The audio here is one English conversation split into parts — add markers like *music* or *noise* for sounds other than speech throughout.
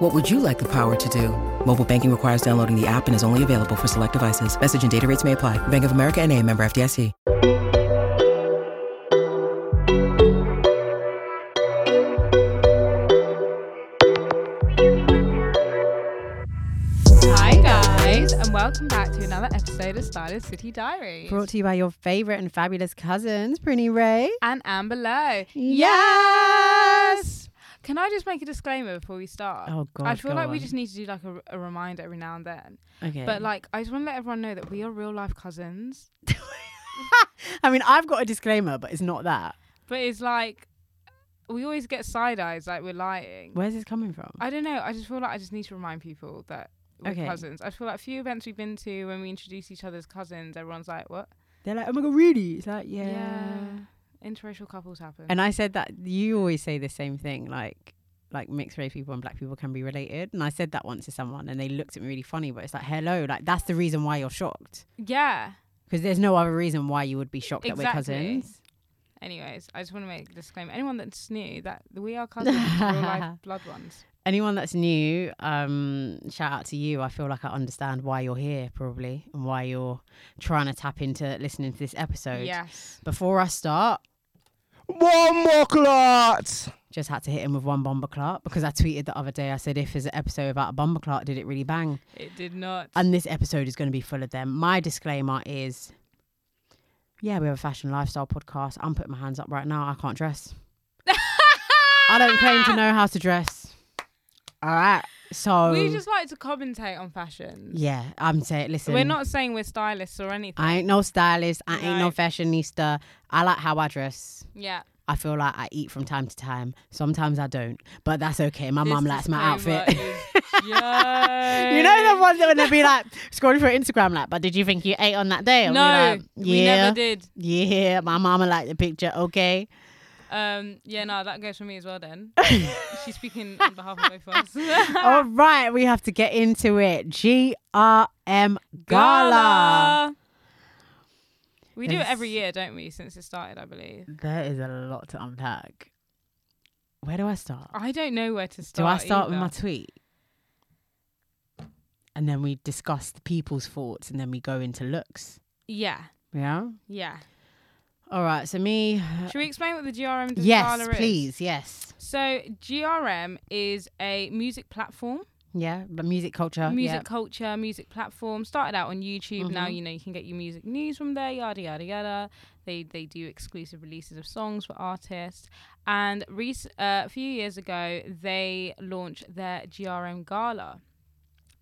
What would you like the power to do? Mobile banking requires downloading the app and is only available for select devices. Message and data rates may apply. Bank of America and a member FDIC. Hi guys, and welcome back to another episode of Stylist City Diaries. Brought to you by your favorite and fabulous cousins, Prinny Ray. and Amber Lowe. Yes! Can I just make a disclaimer before we start? Oh, God, I feel go like we on. just need to do like a, a reminder every now and then. Okay. But like, I just want to let everyone know that we are real life cousins. *laughs* I mean, I've got a disclaimer, but it's not that. But it's like we always get side eyes, like we're lying. Where's this coming from? I don't know. I just feel like I just need to remind people that we're Okay. cousins. I feel like a few events we've been to when we introduce each other as cousins, everyone's like, "What? They're like, oh my God, really? It's like, yeah. interracial couples happen." And I said that you always say the same thing, like, like mixed race people and black people can be related. And I said that once to someone and they looked at me really funny, but it's like, hello, like that's the reason why you're shocked. yeah. Because there's no other reason why you would be shocked that we're Exactly. cousins. Anyways, I just want to make a disclaimer. Anyone that's new, that we are cousins, we're *laughs* real life blood ones. anyone that's new, um, shout out to you. I feel like I understand why you're here, probably, and why you're trying to tap into listening to this episode. Yes. Before I start, One more clot. just had to hit him with one bomber clot because I tweeted the other day. I said, if there's an episode about a bomber clot, did it really bang? It did not. And this episode is going to be full of them. My disclaimer is, yeah, we have a fashion lifestyle podcast. I'm putting my hands up right now. I *laughs* can't dress. I don't claim to know how to dress. All right. So We just like to commentate on fashion. Yeah, I'm saying. Listen, We're not saying we're stylists or anything. I ain't no stylist. I ain't No. no fashionista. I like how I dress. yeah. I feel like I eat from time to time. Sometimes I don't, but that's okay. My This mum likes my disclaimer outfit. is just- *laughs* you know the ones that would *laughs* be like scrolling through Instagram, like, "But did you think you ate on that day?" And we're No, like, we yeah, never did. yeah. My mama liked the picture. *laughs* Okay, Um, yeah, no, that goes for me as well. *laughs* Then she's speaking on behalf of both of us. all right. We have to get into it. G R M Gala. Gala. We do it every There's- year, don't we? Since it started, I believe. There is a lot to unpack. Where do I start? I don't know where to Do start. I start with either. my tweet? And then we discuss the people's thoughts and then we go into looks. yeah, Yeah. yeah. All right. So, me. Should we explain what the GRM does- Uh, Yes, gala is? please. Yes. So GRM is a music platform, Yeah. But music culture. music yeah. Mm-hmm. culture, music platform. Started out on YouTube. Now you know you can get your music news from there. Yada yada yada. They they do exclusive releases of songs for artists. And rec- uh, a few years ago, they launched their GRM Gala.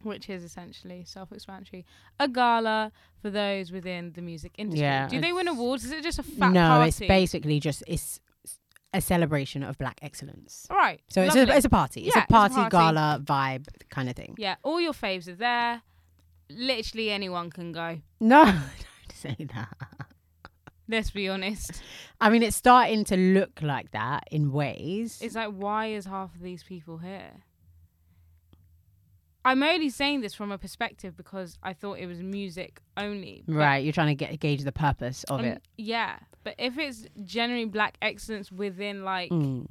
Which is essentially self-explanatory, a gala for those within the music industry. Yeah, Do they win it's- awards? Is it just a fat no, party? it's basically just it's a celebration of black excellence. All right. So, it's lovely. a, it's a party. It's Yeah, a it's a party party. gala vibe kind of thing. Yeah, all your faves are there. Literally anyone can go. No, *laughs* don't say that. Let's be honest. I mean, it's starting to look like that in ways. It's like, why is half of these people here? I'm only saying this from a perspective because I thought it was music only. but- right. You're trying to get gauge the purpose of um, it. Yeah, but if it's generally black excellence within like Mm.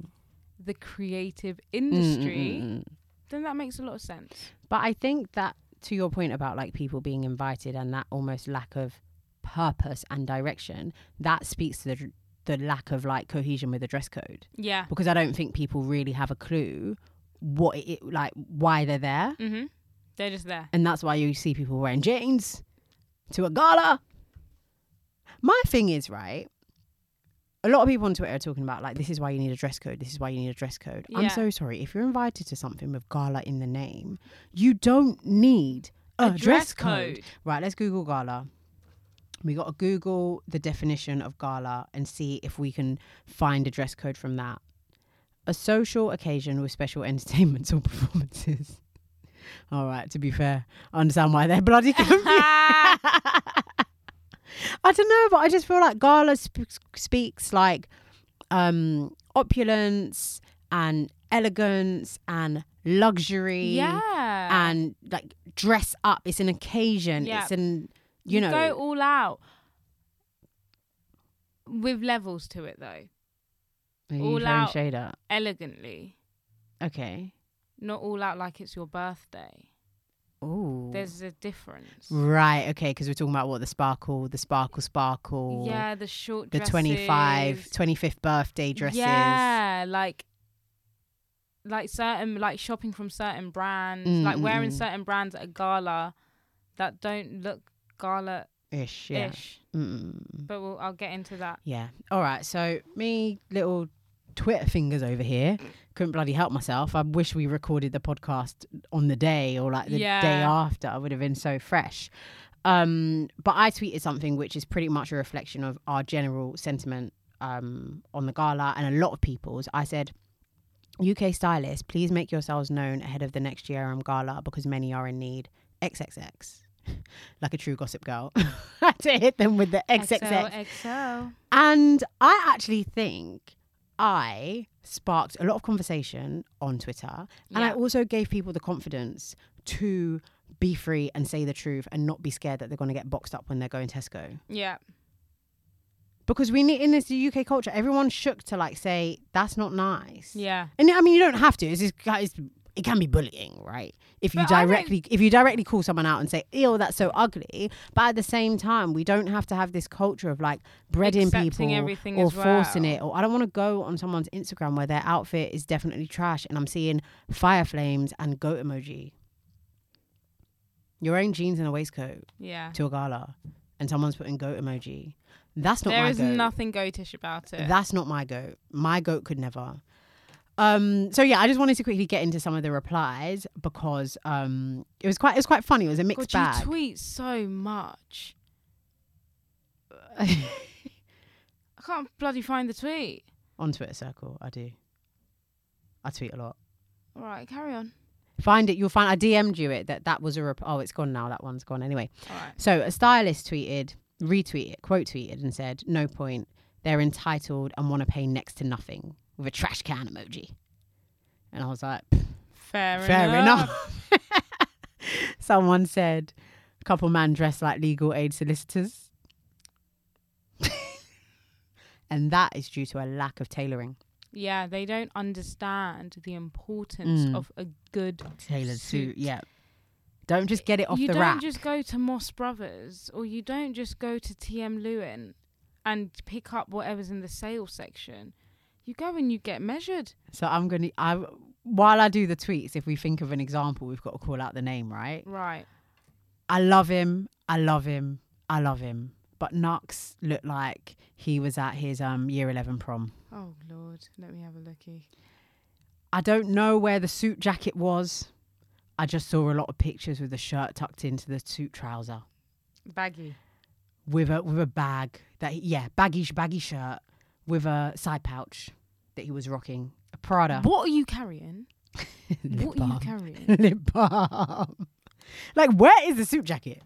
the creative Mm, mm, industry, mm, mm. then that makes a lot of sense. But I think that to your point about like people being invited and that almost lack of purpose and direction, that speaks to the the lack of like cohesion with the dress code Yeah. because I don't think people really have a clue what it like why they're there, Mhm. They're just *laughs* there. *laughs* and that's why you see people wearing jeans to a gala. My thing is right. A lot of people on Twitter are talking about like this is why you need a dress code. This is why you need a dress code. Yeah. I'm so sorry. If you're invited to something with gala in the name, you don't need a, dress, code. Right, let's Google gala. We got to Google the definition of gala and see if we can find a dress code from that. A social occasion with special entertainments *laughs* or performances. *laughs* All right, to be fair, I understand why they're bloody confused. I don't know, but I just feel like gala sp- speaks like um opulence and elegance and luxury yeah. and like dress up. It's an occasion. Yeah. It's an you know go all out with levels to it though, Are you all throwing out. shade at? elegantly. Okay. Not all out like it's your birthday. Oh. There's a difference. Right, okay, because we're talking about what the sparkle, the sparkle, sparkle, Yeah, the short the dresses. 25, 25th birthday dresses. Yeah, like like certain like shopping from certain brands, Mm, like mm, wearing mm. certain brands at a gala that don't look gala Ish, ish. yeah. Mm. But we'll, I'll get into that. Yeah. All right. So me little Twitter fingers over here couldn't bloody help myself. I wish we recorded the podcast on the day or like the Yeah. day after. I would have been so fresh. Um, but I tweeted something which is pretty much a reflection of our general sentiment um, on the gala and a lot of people's. I said, UK stylists, please make yourselves known ahead of the next year on gala because many are in need. XXX. *laughs* like a true gossip girl. *laughs* had to hit them with the XXX. XL, XL. And I actually think I sparked a lot of conversation on Twitter. And I Yeah. also gave people the confidence to be free and say the truth and not be scared that they're going to get boxed up when they're going Tesco. Yeah. Because we need, in this UK culture, everyone's shook to like say, that's not nice. Yeah. And I mean, you don't have to. It's just, it's, it can be bullying, right? If you But I don't- directly if you directly call someone out and say, "Ew, that's so ugly," but at the same time, we don't have to have this culture of like breading Accepting people everything or as forcing well. it. Or I don't want to go on someone's Instagram where their outfit is definitely trash, and I'm seeing fire flames and goat emoji. You're wearing jeans and a waistcoat Yeah. to a gala, and someone's putting goat emoji. That's not There my is goat. nothing goatish about it. That's not my goat. My goat could never. Um, so yeah, I just wanted to quickly get into some of the replies because um, it was quite it was quite funny. It was a mixed God, bag. you tweet so *laughs* much. I can't bloody find the tweet. On Twitter Circle, I do. I tweet a lot. All right, carry on. Find it. You'll find I DM'd you it that that was a rep- oh it's gone now. That one's gone anyway. All right. So a stylist tweeted, retweeted, quote tweeted, and said, "No point. They're entitled and want to pay next to nothing." With a trash can emoji. And I was like, Fair, Fair enough. enough. *laughs* Someone said, couple man dressed like legal aid solicitors. *laughs* and that is due to a lack of tailoring. Yeah, they don't understand the importance Mm. of a good. Tailored suit. yeah. Don't just get it off you the don't rack. just go to Moss Brothers or you don't just go to TM Lewin and pick up whatever's in the sale section. You go and you get measured. So I'm gonna I while I do the tweets, if we think of an example, we've got to call out the name, right? Right. I love him. I love him. I love him. But Knox looked like he was at his um year eleven prom. Oh Lord, let me have a looky. I don't know where the suit jacket was. I just saw a lot of pictures with the shirt tucked into the suit trouser Baggy. with a with a bag that he, yeah baggy sh- baggy shirt with a side pouch that he was rocking a Prada What are you carrying? *laughs* lip what are you balm carrying? *laughs* lip balm. Like where is the suit jacket?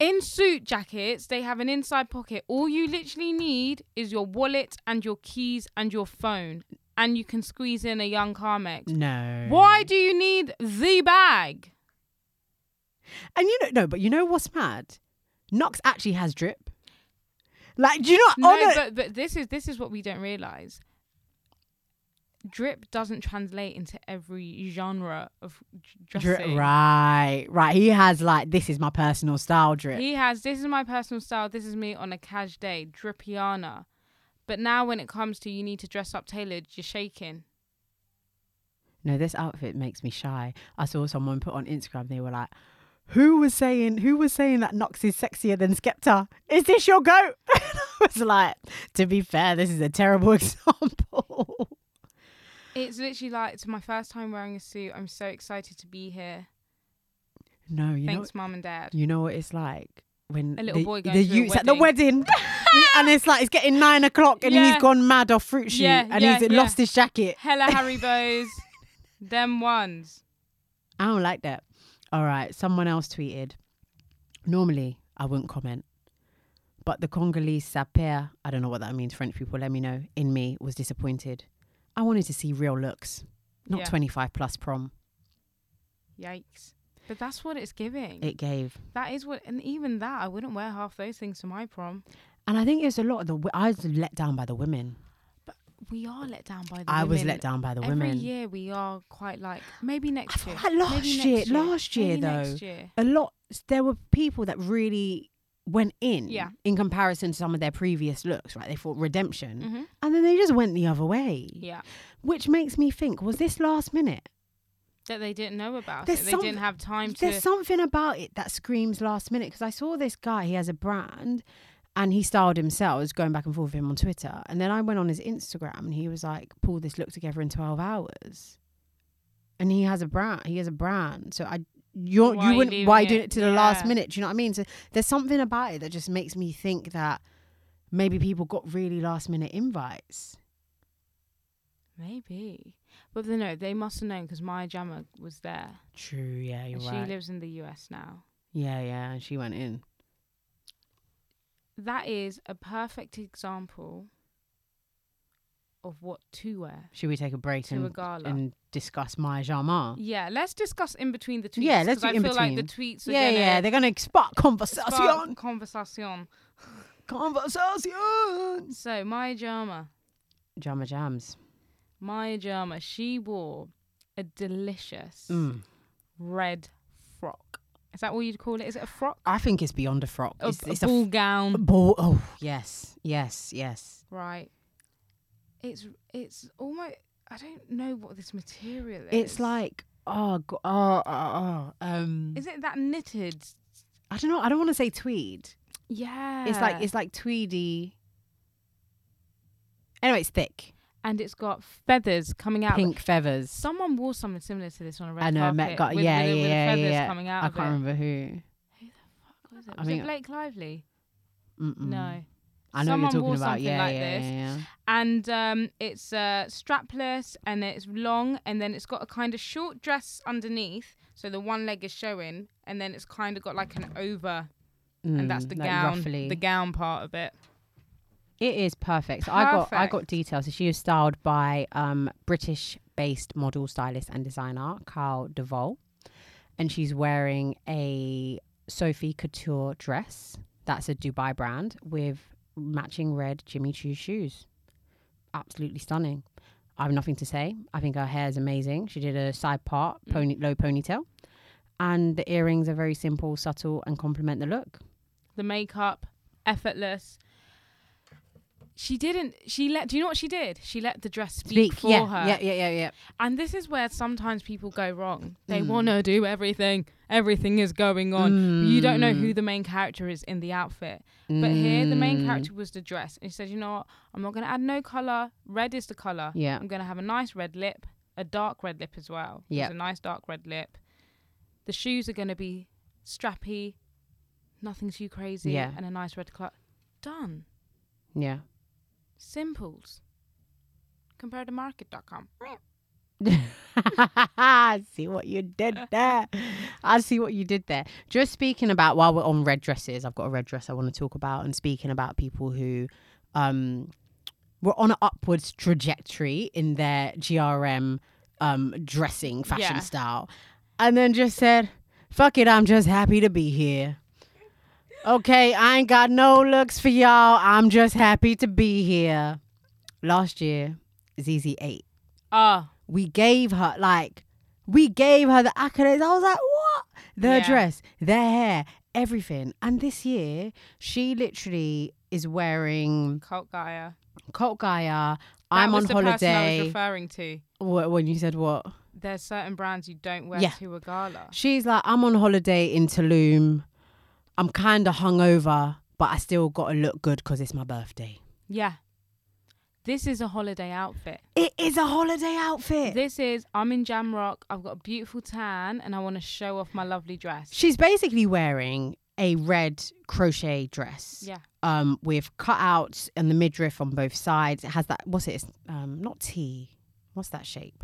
In suit jackets, they have an inside pocket. All you literally need is your wallet and your keys and your phone, and you can squeeze in a young Carmex. No. Why do you need the bag? And you know no, but you know what's mad? Knox actually has drip. Like do you not? No, oh, no. but but this is this is what we don't realize. Drip doesn't translate into every genre of j- Dri- dressing. right, right. He has like this is my personal style drip. He has this is my personal style. This is me on a cash day, drippiana. But now when it comes to you need to dress up tailored, you're shaking. no, this outfit makes me shy. I saw someone put on Instagram, they were like, who was saying who was saying that Knox is sexier than Skepta? Is this your goat? *laughs* And I was like, to be fair, this is a terrible *laughs* example. It's literally like it's my first time wearing a suit. I'm so excited to be here. no, you Thanks, mum and dad. know you know what it's like when A little the, boy the going to a youths at the wedding *laughs* and it's like it's getting nine o'clock and Yeah. he's gone mad off fruit shoot Yeah, and yeah, he's yeah. lost his jacket. Hella Haribo's, *laughs* them ones. I don't like that. All right. Someone else tweeted. Normally, I wouldn't comment, But the Congolese sapeur, I don't know what that means, French people, let me know, in me was disappointed. I wanted to see real looks, not Yeah. 25 plus prom. Yikes. But that's what it's giving. It gave. that is what, and even that, I wouldn't wear half those things to my prom. And I think it's a lot of the, wo- I was let down by the women. We are let down by the I was women. let down by the Every women. year we are quite like maybe next feel year. like last maybe year- next year. last year, maybe Next though. year. a lot there were people that really went in Yeah. in comparison to some of their previous looks right they thought redemption Mhm. and then they just went the other way Yeah, which makes me think was this last minute that they didn't know about There's it. They some- didn't have time there's to. something about it that screams last minute because i saw this guy he has a brand and he styled himself I was going back and forth with him on twitter and then i went on his instagram and he was like pull this look together in 12 hours and he has a brand he has a brand so i you're, Why are you you wouldn't leaving why do it? it to the last Yeah. minute do you know what i mean so there's something about it that just makes me think that maybe people got really last minute invites Maybe, but they know they must have known because Maya Jama was there. true yeah and she lives in the US now. yeah yeah and she went in That is a perfect example of what to wear. should we take a break To a and, gala. and discuss my Jama? Yeah, let's discuss in between the tweets. Yeah, let's 'cause do I in feel like the tweets are yeah, gonna yeah, they're gonna spark conversation. spark conversation. Conversation. So Maya Jama, Jama jams. Maya Jama, she wore a delicious Mm. red frock. Is that what you'd call it? Is it a frock? I think it's beyond a frock. A, It's, a it's a, ball f- gown, ball. Oh yes, yes, yes. right? It's it's almost. I don't know what this material is. It's like oh, go- oh, oh, oh. Um, Is it that knitted? I don't know. I don't want to say tweed. Yeah. It's like it's like tweedy. Anyway, it's thick, and it's got feathers coming out. of it. pink feathers. Someone wore something similar to this on a red I know, carpet. Met got with, yeah, with, yeah, with yeah, feathers yeah. coming out I of can't it. remember who. Was it, I was think- it Blake Lively? Mm-mm. No. I know Someone what you're wore talking about. something Yeah, like yeah, this. yeah, yeah. And um, it's uh, strapless and it's long and then it's got a kind of short dress underneath. So the one leg is showing and then it's kind of got like an over and that's Mm, the like gown, ruffly. the gown part of it. It is perfect. So I got I got Perfect. details. So she was styled by um, British based model stylist and designer Carl DeVol. And she's wearing a Sophie Couture dress. That's a Dubai brand with matching red Jimmy Choo shoes. Absolutely stunning. I have nothing to say. I think her hair is amazing. She did a side part, Mm. pony, low ponytail. And the earrings are very simple, subtle, and complement the look. The makeup, effortless. She didn't. She let. Do you know what she did? She let the dress speak, for yeah, her. yeah, yeah, yeah, yeah. And this is where sometimes people go wrong. They Mm. want to do everything. Everything is going on. You don't know Mm. who the main character is in the outfit. But here, the main Mm. character was the dress. And she said, you know what? I'm not going to add no color. Red is the color. Yeah. I'm going to have a nice red lip, a dark red lip as well. It was Yeah. A nice dark red lip. The shoes are going to be strappy, nothing too crazy, Yeah. and a nice red color. Done. Yeah. Simples. Compared to market.com. I *laughs* see what you did there. I see what you did there. Just speaking about while we're on red dresses, I've got a red dress I want to talk about, and speaking about people who um, were on an upwards trajectory in their GRM um, dressing fashion Yeah. style, and then just said, "Fuck it, I'm just happy to be here." Okay, I ain't got no looks for y'all. I'm just happy to be here. Last year, ZZ8 Ah. we gave her like we gave her the accolades. I was like, what? Their Yeah. dress, their hair, everything. And this year, she literally is wearing Cult Gaia. Cult Gaia. That I'm was on the Person I was holiday. referring to. Wh- when you said what? There's certain brands you don't wear Yeah. to a gala. She's like, I'm on holiday in Tulum. I'm kind of hungover, but I still got to look good because it's my birthday. Yeah. This is a holiday outfit. It is a holiday outfit. This is I'm in Jamrock. I've got a beautiful tan, and I want to show off my lovely dress. She's basically wearing a red crochet dress. yeah. um, with cutouts and the midriff on both sides. It has that what's it? It's, um, not T. What's that shape?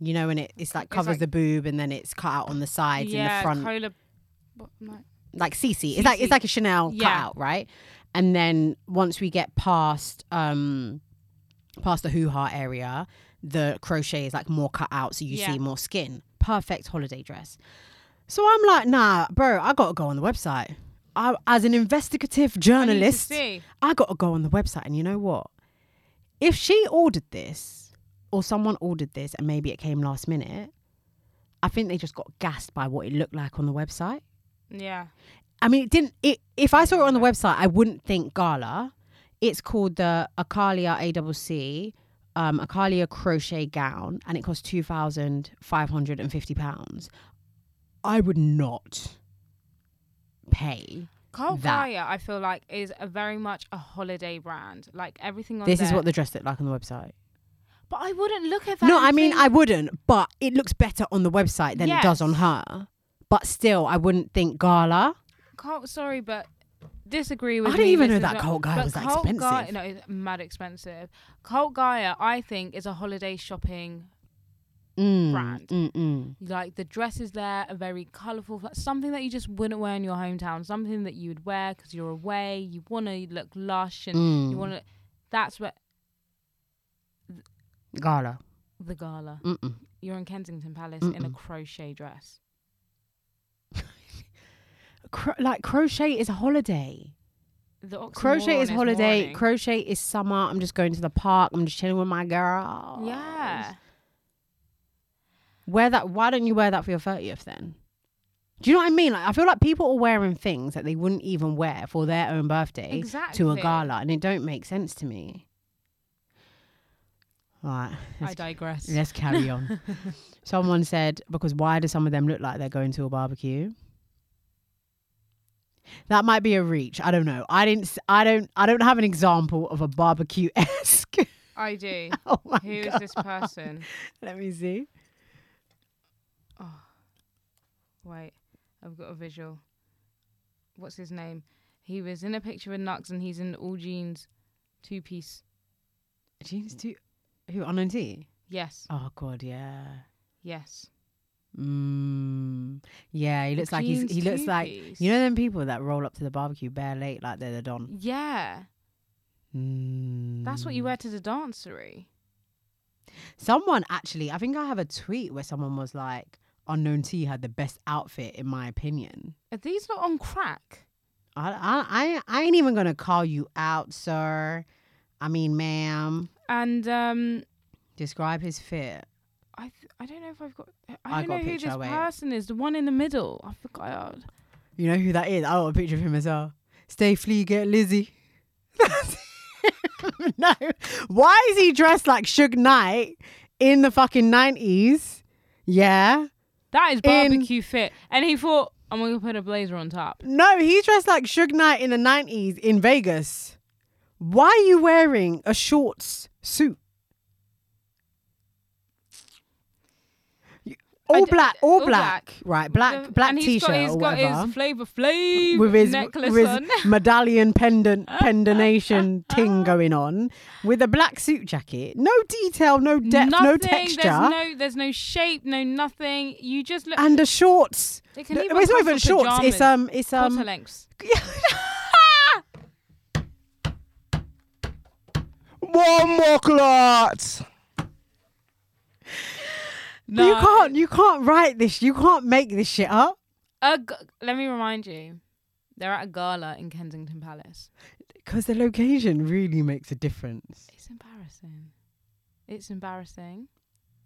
You know, and it it's like It's covers like- the boob and then it's cut out on the sides yeah. and the front. Cola. What, no. like CC. It's like it's like a Chanel Yeah. cutout, right? And then once we get past um past the hoo ha area, the crochet is like more cut out, so you Yeah. see more skin. Perfect holiday dress. So I'm like, nah, bro, I gotta go on the website. I, as an investigative I need to journalist, see. I got to go on the website. And you know what? If she ordered this or someone ordered this and maybe it came last minute, I think they just got gassed by what it looked like on the website. Yeah. I mean, it didn't. It, if I saw it on the website, I wouldn't think gala. It's called the Akalia AWC, um, Akalia crochet gown, and it costs two thousand five hundred and fifty pounds. I would not pay. Carl That. Kaya, I feel like, is a very much a holiday brand. Like everything on This is is what the dress looked like on the website. But I wouldn't look at that. No, and I mean think- I wouldn't, but it looks better on the website than it does on Yes. her. But still, I wouldn't think Gala. Carl, sorry, but disagree with. I didn't me, even know listeners, but- that Colt Gaia but was that Colt Gaia- expensive. no, it's mad expensive. Colt Gaia, I think, is a holiday shopping. Mm, Brand. mm, mm. Like the dresses there are very colourful, f- something that you just wouldn't wear in your hometown, something that you would wear because you're away, you want to look lush and you Mm. want to. That's what Gala. the gala. Mm-mm. You're in Kensington Palace in a Mm-mm. crochet dress. Cro- like crochet is a holiday. The oxymoron Crochet is holiday. morning. Crochet is summer. I'm just going to the park. I'm just chilling with my girl. yeah. Wear that. Why don't you wear that for your thirtieth then? Do you know what I mean? Like I feel like people are wearing things that they wouldn't even wear for their own birthday to a Exactly. gala, and it don't make sense to me. Right. I Let's, digress. let's carry *laughs* on. Someone said because why do some of them look like they're going to a barbecue? That might be a reach. I don't know. I didn't. s- I don't. I don't have an example of a barbecue esque. I do. *laughs* oh my Who is god! this person? *laughs* Let me see. Wait, I've got a visual. What's his name? He was in a picture with Nux and he's in all jeans, two piece. Jeans too. Who on NT? Yes, Oh god, yeah. yes. Mm. Yeah, he looks like he's, he Jeans looks like two-piece. you know them people that roll up to the barbecue bare late like they're the don. Yeah, Mm. that's what you wear to the dancery. Someone actually, I think I have a tweet where someone was like, "Unknown T had the best outfit in my opinion." Are these not on crack? I I I, I ain't even gonna call you out, sir. I mean, ma'am. And um, Describe his fit. I th- I don't know if I've got. I I don't got a know who picture, this wait. person is. The one in the middle. I forgot. You know who that is? I got a picture of him as well. Stay flea, get Lizzy. That's him. *laughs* no. Why is he dressed like Suge Knight in the fucking nineties? Yeah. That is barbecue fit. And he thought, I'm gonna put a blazer on top. No, he's dressed like Suge Knight in the nineties in Vegas. Why are you wearing a shorts suit? You- I All d- black, all, all black, black. right? Black, The- black and he's t-shirt got, he's or got whatever. his flavor flavor with his, necklace with his on. *laughs* medallion pendant pendonation ting going on with a black suit jacket no detail no depth no texture There's no, there's no shape, no nothing. You just look. and the shorts They can No, even it's not come even for shorts it's pajamas, um it's quarter um lengths. One more clot. No, you can't you can't write this you can't make this shit up A g- let me remind you, they're at a gala in Kensington Palace. because the location really makes a difference It's embarrassing. It's embarrassing.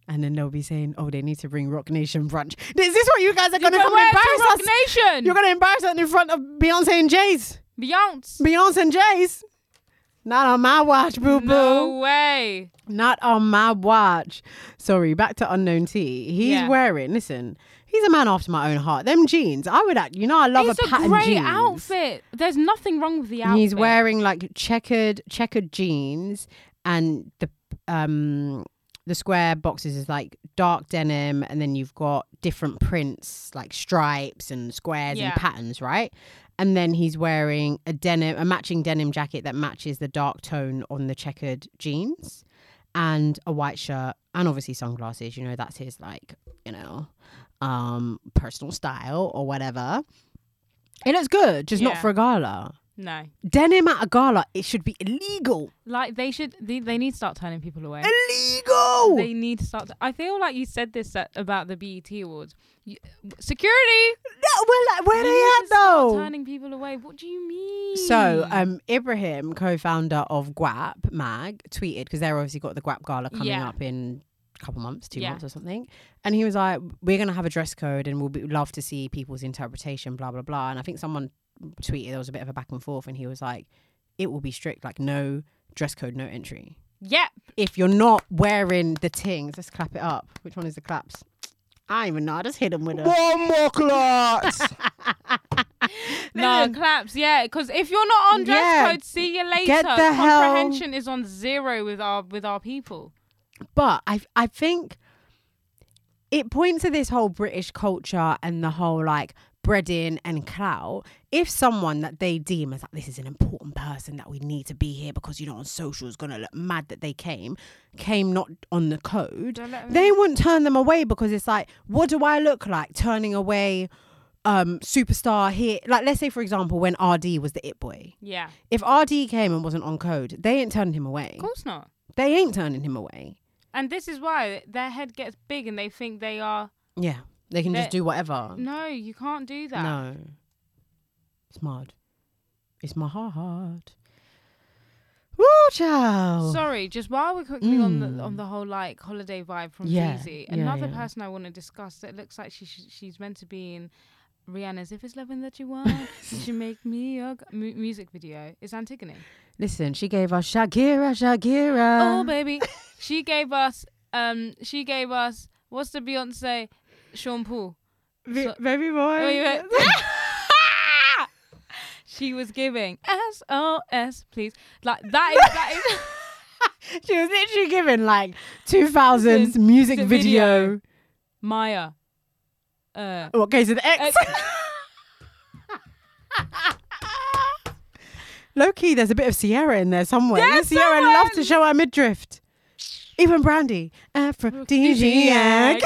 and then they'll be saying oh they need to bring rock nation brunch is this what you guys are going to But come where's the embarrass Roc us Nation. you're going to embarrass us in front of beyonce and jay's Beyonce. beyonce and jay's not on my watch boo boo No way. Not on my watch. Sorry, back to unknown T. He's Yeah. wearing. Listen, he's a man after my own heart. Them jeans, I would. act- You know, I love it's a a, pattern great jeans. outfit. There's nothing wrong with the outfit. He's wearing like checkered checkered jeans and the um the square boxes is like dark denim and then you've got different prints like stripes and squares Yeah. and patterns, right? And then he's wearing a denim a matching denim jacket that matches the dark tone on the checkered jeans and a white shirt and obviously sunglasses, you know, that's his like, you know, um personal style or whatever It looks good, just not Yeah. for a gala. No, Denim at a gala, it should be illegal. like they should. They, they need to start turning people away. Illegal. They need to start. I feel like you said this at, about the BET Awards. You, security. No, where, like, where You they need at to start though? Turning people away. What do you mean? So, um, Ibrahim, co-founder of Guap Mag, tweeted because they're obviously got the Guap Gala coming Yeah. up in a couple months, two Yeah. months or something, and he was like, "We're gonna have a dress code, and we'll be, love to see people's interpretation." Blah blah blah. And I think someone tweeted there was a bit of a back and forth, and he was like, "It will be strict, like no dress code, no entry. Yep. If you're not wearing the tings, let's clap it up. Which one is the claps? I don't even know. I just hit him with a. One more clot. No Listen. claps, yeah. Because if you're not on dress Yeah, code, see you later. get the hell- Comprehension is on zero with our with our people. but I I think it points to this whole British culture and the whole like breading and clout. If someone that they deem as like this is an important person that we need to be here because you know on social is gonna look mad that they came, came not on the code, Don't let 'em they wouldn't turn them away because it's like, what do I look like turning away? Um, superstar here, like let's say for example, when RD was the it boy, Yeah, of if RD came and wasn't on code, they ain't turning him away. course not. They ain't turning him away. And this is why their head gets big and they think they are. Yeah, they can just They- do whatever. No, you can't do that. No, it's mad. It's my heart. Woo, child. Sorry, just while we're quickly on the on the whole like holiday vibe from Mm. Yeah, Jeezy, yeah, another yeah. person I want to discuss that looks like she sh- she's meant to be in Rihanna's "If It's Loving That You *laughs* Want," Did you make me your g- mu- music video is Antigone. Listen, she gave us Shagira, Shagira. oh baby, she gave us um she gave us what's the Beyonce Sean Paul. so- baby boy. Wait, wait. *laughs* *laughs* she was giving S O S please like that *laughs* is that is. she was literally given like 2000s Listen, music the video. video. Maya. Uh, What case of *laughs* the X? *laughs* Low key, there's a bit of Sierra in there somewhere. There's Sierra loves to someone- show her midriff. Even Brandy, aphrodisiac.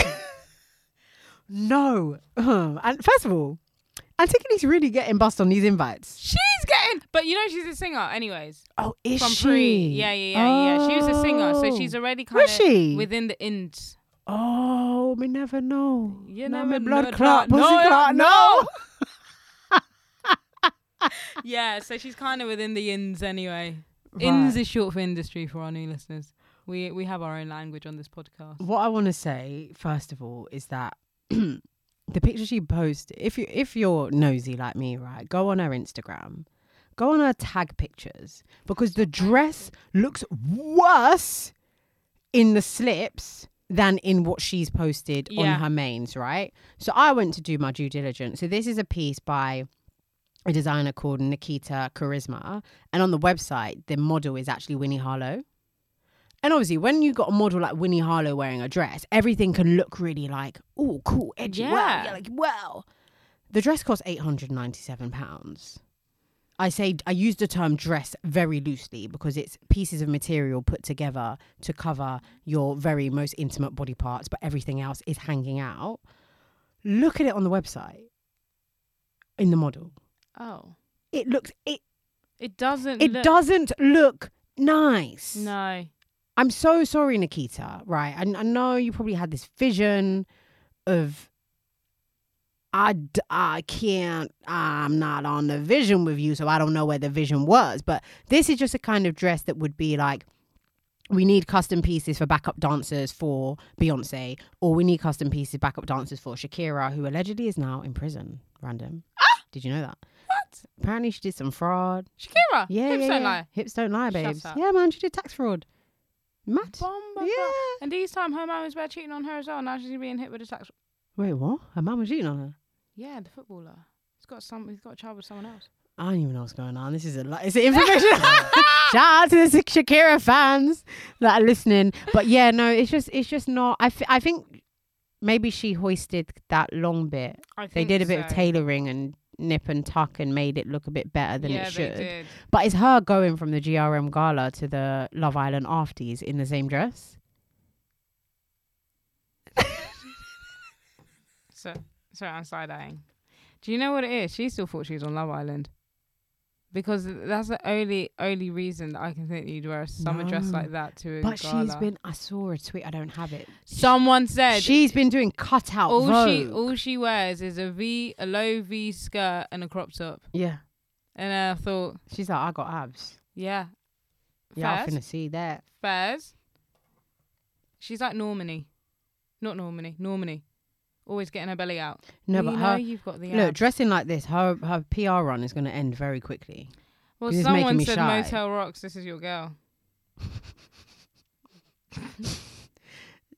no. Um, and first of all, Antigone's really getting bust on these invites. she's getting, but you know she's a singer, anyways. Oh, is From she? pre, yeah, yeah, yeah, yeah. She was a singer, so Oh. she's already kind Was she? of within the ins. Oh, we never know. You Now never me know, blood blood clot, clot. pussy No, clot, no. no. Yeah, so she's kind of within the ins anyway. Ins Right. is short for industry for our new listeners. We we have our own language on this podcast. what I want to say first of all is that *clears throat* the picture she posted. If you if you're nosy like me, right, go on her Instagram, go on her tag pictures because the dress looks worse in the slips than in what she's posted Yeah. on her mains, right? So I went to do my due diligence. So this is a piece by a designer called Nikita Charisma, and on the website, the model is actually Winnie Harlow. And obviously, when you got a model like Winnie Harlow wearing a dress, everything can look really like, oh, cool, edgy, wow, Yeah. yeah, like wow. The dress cost eight hundred ninety-seven pounds. I say I use the term dress very loosely because it's pieces of material put together to cover your very most intimate body parts, but everything else is hanging out. Look at it on the website in the model. Oh, It looks it it doesn't. it look- doesn't look nice. No, I'm so sorry, Nikita. Right. I, I know you probably had this vision of I, d- I can't, I'm not on the vision with you, so I don't know where the vision was. But this is just a kind of dress that would be like, we need custom pieces for backup dancers for Beyonce, or we need custom pieces backup dancers for Shakira, who allegedly is now in prison. Random. Did you know that? Ah! what? Apparently, she did some fraud. Shakira. Yeah, Hips yeah, don't yeah. lie. Hips don't lie, Shut babes. up. Yeah, man, she did tax fraud. Matt. Bomb, bomb, Yeah. bomb. And these time her man was bad cheating on her as well. Now she's being hit with a tax. Wait, what? Her mum was cheating on her. Yeah, the footballer. He's got some. He's got a child with someone *laughs* else. I don't even know what's going on. This is a lot. Is it information? *laughs* Shout out to the Sha- Shakira fans that are listening. But yeah, no, it's just it's just not. I, f- I think maybe she hoisted that long bit. I They think did a bit of so. tailoring and nip and tuck and made it look a bit better than yeah, it should. They did. But it's her going from the GRM gala to the Love Island afties in the same dress. So, sorry, I'm side eyeing. Do you know what it is? She still thought she was on Love Island. Because that's the only only reason that I can think that you'd wear a summer dress No. like that to a But she's gala. been. I saw a tweet. I don't have it. Someone said She's been doing cutout. all Vogue. she all she wears is a V, a low V skirt, and a crop top. yeah. And I thought, She's like, I got abs. yeah, Yeah, I'm Fairs. finna see that. fairs. She's like Normani, not Normani, Normani, always getting her belly out. No, We but know her you've got the look abs. dressing like this. Her her PR run is gonna end very quickly. Well, This is making someone me said shy. Motel Rocks. This is your girl.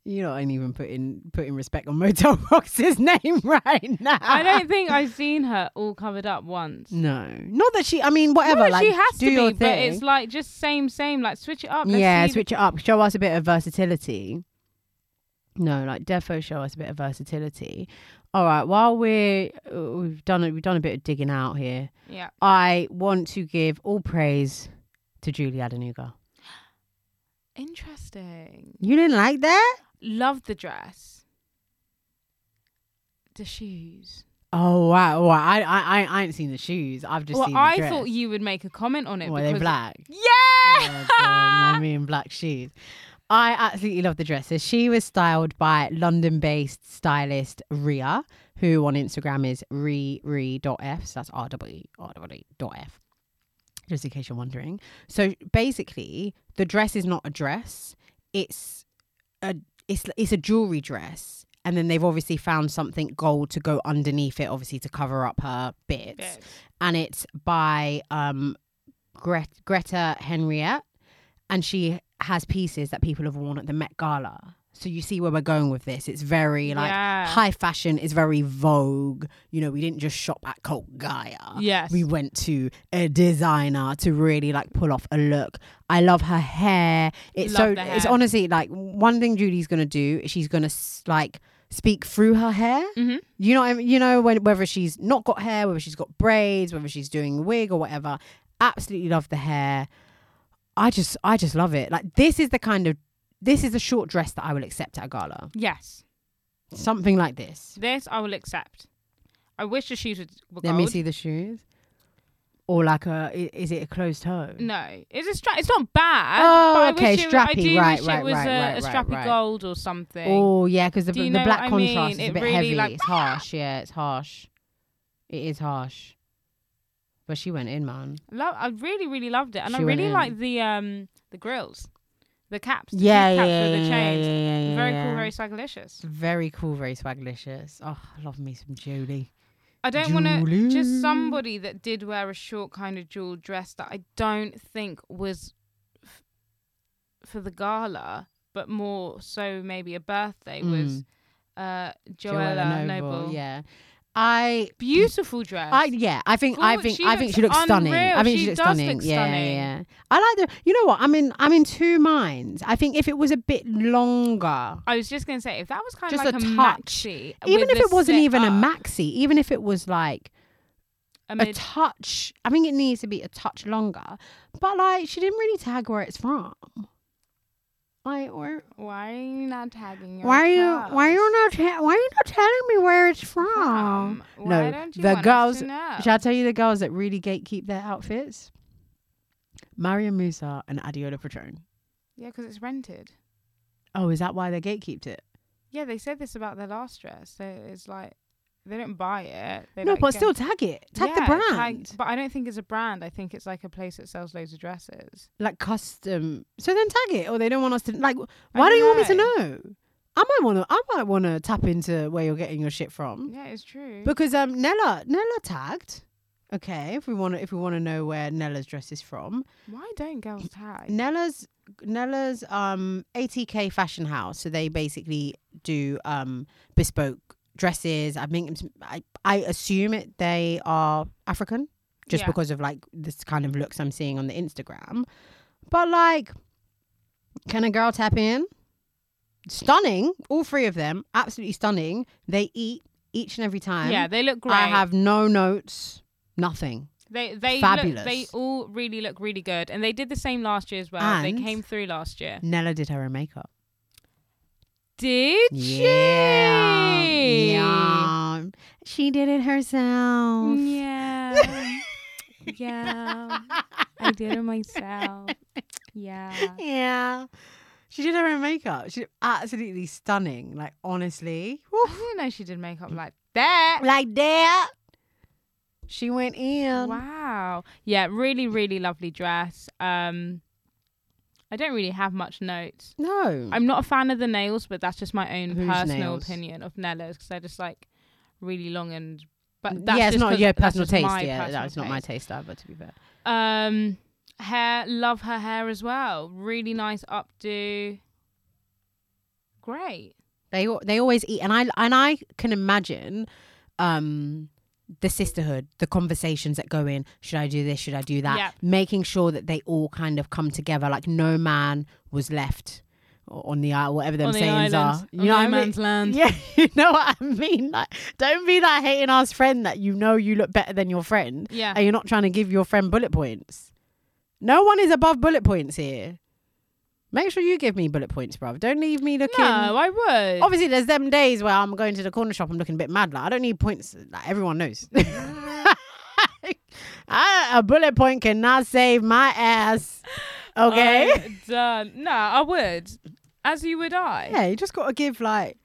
You're not even putting putting respect on *laughs* Motel Rox's name right now. I don't think I've seen her all covered up once. No, not that she. I mean, whatever. no, like, she has do to your be, but thing. it's like just same, same. Like switch it up. Let's yeah, see switch it up. Show us a bit of versatility. No, like defo, show us a bit of versatility. All right, while we're uh, we've done a, we've done a bit of digging out here. the- Yeah, I want to give all praise to Julie Adenuga. interesting. You didn't like that? Love the dress, the shoes. Oh wow! wow. I, I I I ain't seen the shoes. I've just well, seen. The I dress. thought you would make a comment on it. Were they because black? Oh Yeah. *laughs* I mean, black shoes. I absolutely love the dresses. She was styled by London based stylist Ria, who on Instagram is re.re.f. So that's R W E, R W dot F. Just in case you're wondering. So basically, the dress is not a dress. It's a it's it's a jewelry dress. And then they've obviously found something gold to go underneath it, obviously to cover up her bits Yes. and it's by um Gret- Greta Henriette, and she has pieces that people have worn at the Met Gala. So you see where we're going with this. It's very like Yeah. high fashion. It's very Vogue. You know, we didn't just shop at Colt Gaia. Yes. we went to a designer to really like pull off a look. I love her hair. It's Love so. the It's hair. honestly like one thing Julie's gonna do. is She's gonna s- like speak through her hair. Mhm. You know, what I mean? you know when, whether she's not got hair, whether she's got braids, whether she's doing a wig or whatever. Absolutely love the hair. I just, I just love it. Like this is the kind of, this is a short dress that I will accept at a gala. Yes. Something like this. This I will accept. I wish the shoes were gold. Let me see the shoes. Or like a, i- is it a closed toe? No, it's a strap. It's not bad. Oh, but I okay, wish it, I strappy, do right, wish right, it was right, a, right, a right, strappy right. gold or something. Oh yeah, because the, Do you the know black what I contrast mean? is It a bit really, heavy. like, *laughs* it's harsh. Yeah, it's harsh. It is harsh. But she went in, man. Love, I really, really loved it, and I She went really in. like the um the grills, the caps, the Yeah, yeah, caps yeah, with the yeah, chains. yeah, yeah, very yeah. cool, very psycholicious. Very cool, very swaglicious. Oh, I love me some Julie. I don't want to Julie. just somebody that did wear a short kind of jewel dress that I don't think was f- for the gala, but more so maybe a birthday was uh Joella, Noble. Mm. Yeah. I beautiful dress. I yeah, I think I Cool, think she I think looks she looks stunning. I unreal. think she, She looks does look stunning. yeah, stunning. yeah. I like the you know what, I'm in I'm in two minds. I think if it was a bit longer I was just gonna say if that was kind Just of like a a, touch. maxi, even with if the it wasn't slit even a up, maxi, even if it was like a a mid- touch, I think it needs to be a touch longer. But like, she didn't really tag where it's from. Like, where, why are you not tagging your why are girls? you, why are you not, ta- why are you not telling me where it's from? Um, why No, don't you the want us girls- to know? Shall I tell you the girls that really gatekeep their outfits? Marion Musa and Adiola Patron. Yeah, because it's rented. Oh, is that why they gatekeeped it? Yeah, they said this about their last dress. So it's like they don't buy it. They no, like but get- still tag it. Tag the Yeah, brand. but I don't think it's a brand. I think it's like a place that sells loads of dresses. like custom. So then tag it, or they don't want us to like. I Why do don't you want me to know. know? I might want to. I might want to tap into where you're getting your shit from Yeah, it's true. because um Nella Nella tagged. Okay, if we want to if we want to know where Nella's dress is from, why don't girls tag? Nella's Nella's um ATK fashion house. So they basically do um bespoke dresses. I think it's- I I assume it they are African just Yeah. because of like this kind of looks I'm seeing on the Instagram. But like can a girl tap in? Stunning, all three of them, absolutely stunning. They eat each and every time. yeah, they look great. I have no notes, nothing. They they Fabulous. Look, they all really look really good, and they did the same last year as well. they And- came through last year. Nella did her own makeup. Did she? *laughs* Yeah. yeah. She did it herself. Yeah. yeah. I did it myself. Yeah. *laughs* Yeah. She did her own makeup. She did absolutely stunning. Like honestly. Woo. I didn't know she did makeup like that. Like that. She went in. Wow. Yeah, really, really lovely dress. Um I don't really have much notes. No. I'm not a fan of the nails, but that's just my own Whose personal nails? opinion of Nello's because they're just like really long and. But that's yeah, it's just not 'cause your that's personal just taste. my yeah, personal that's not my taste. taste either. To be fair. Um, hair, love her hair as well. Really nice updo. Great. They al- they always eat, and I and I can imagine, um, the sisterhood, the conversations that go in. Should I do this? Should I do that? Yeah. Making sure that they all kind of come together. Like no man was left o- on the island, whatever them On the island, sayings are. You know on no what I mean? man's land. *laughs* Yeah, you know what I mean. Like, don't be that hating ass friend that you know you look better than your friend, Yeah. and you're not trying to give your friend bullet points. No one is above bullet points here. Make sure you give me bullet points, bruv. Don't leave me looking. No, I would. Obviously, there's them days where I'm going to the corner shop. I'm looking a bit mad. Like I don't need points. Like everyone knows. *laughs* Mm. I, a bullet point cannot save my *laughs* ass. Okay. I'm done. uh, No, I would. As you would I. yeah, you just got to give like,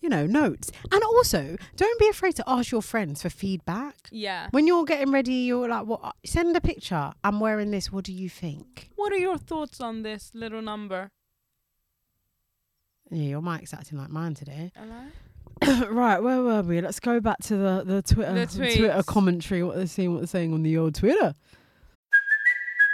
you know, notes. And also, don't be afraid to ask your friends for feedback. Yeah. When you're getting ready, you're like, "What? uh, Send a picture. I'm wearing this. What do you think?" What are your thoughts on this little number? Yeah, your mic's acting like mine today. Hello? *laughs* right, where were we? Let's go back to the the Twitter The Twitter tweets. commentary. What they're seeing, what they're saying on the old Twitter.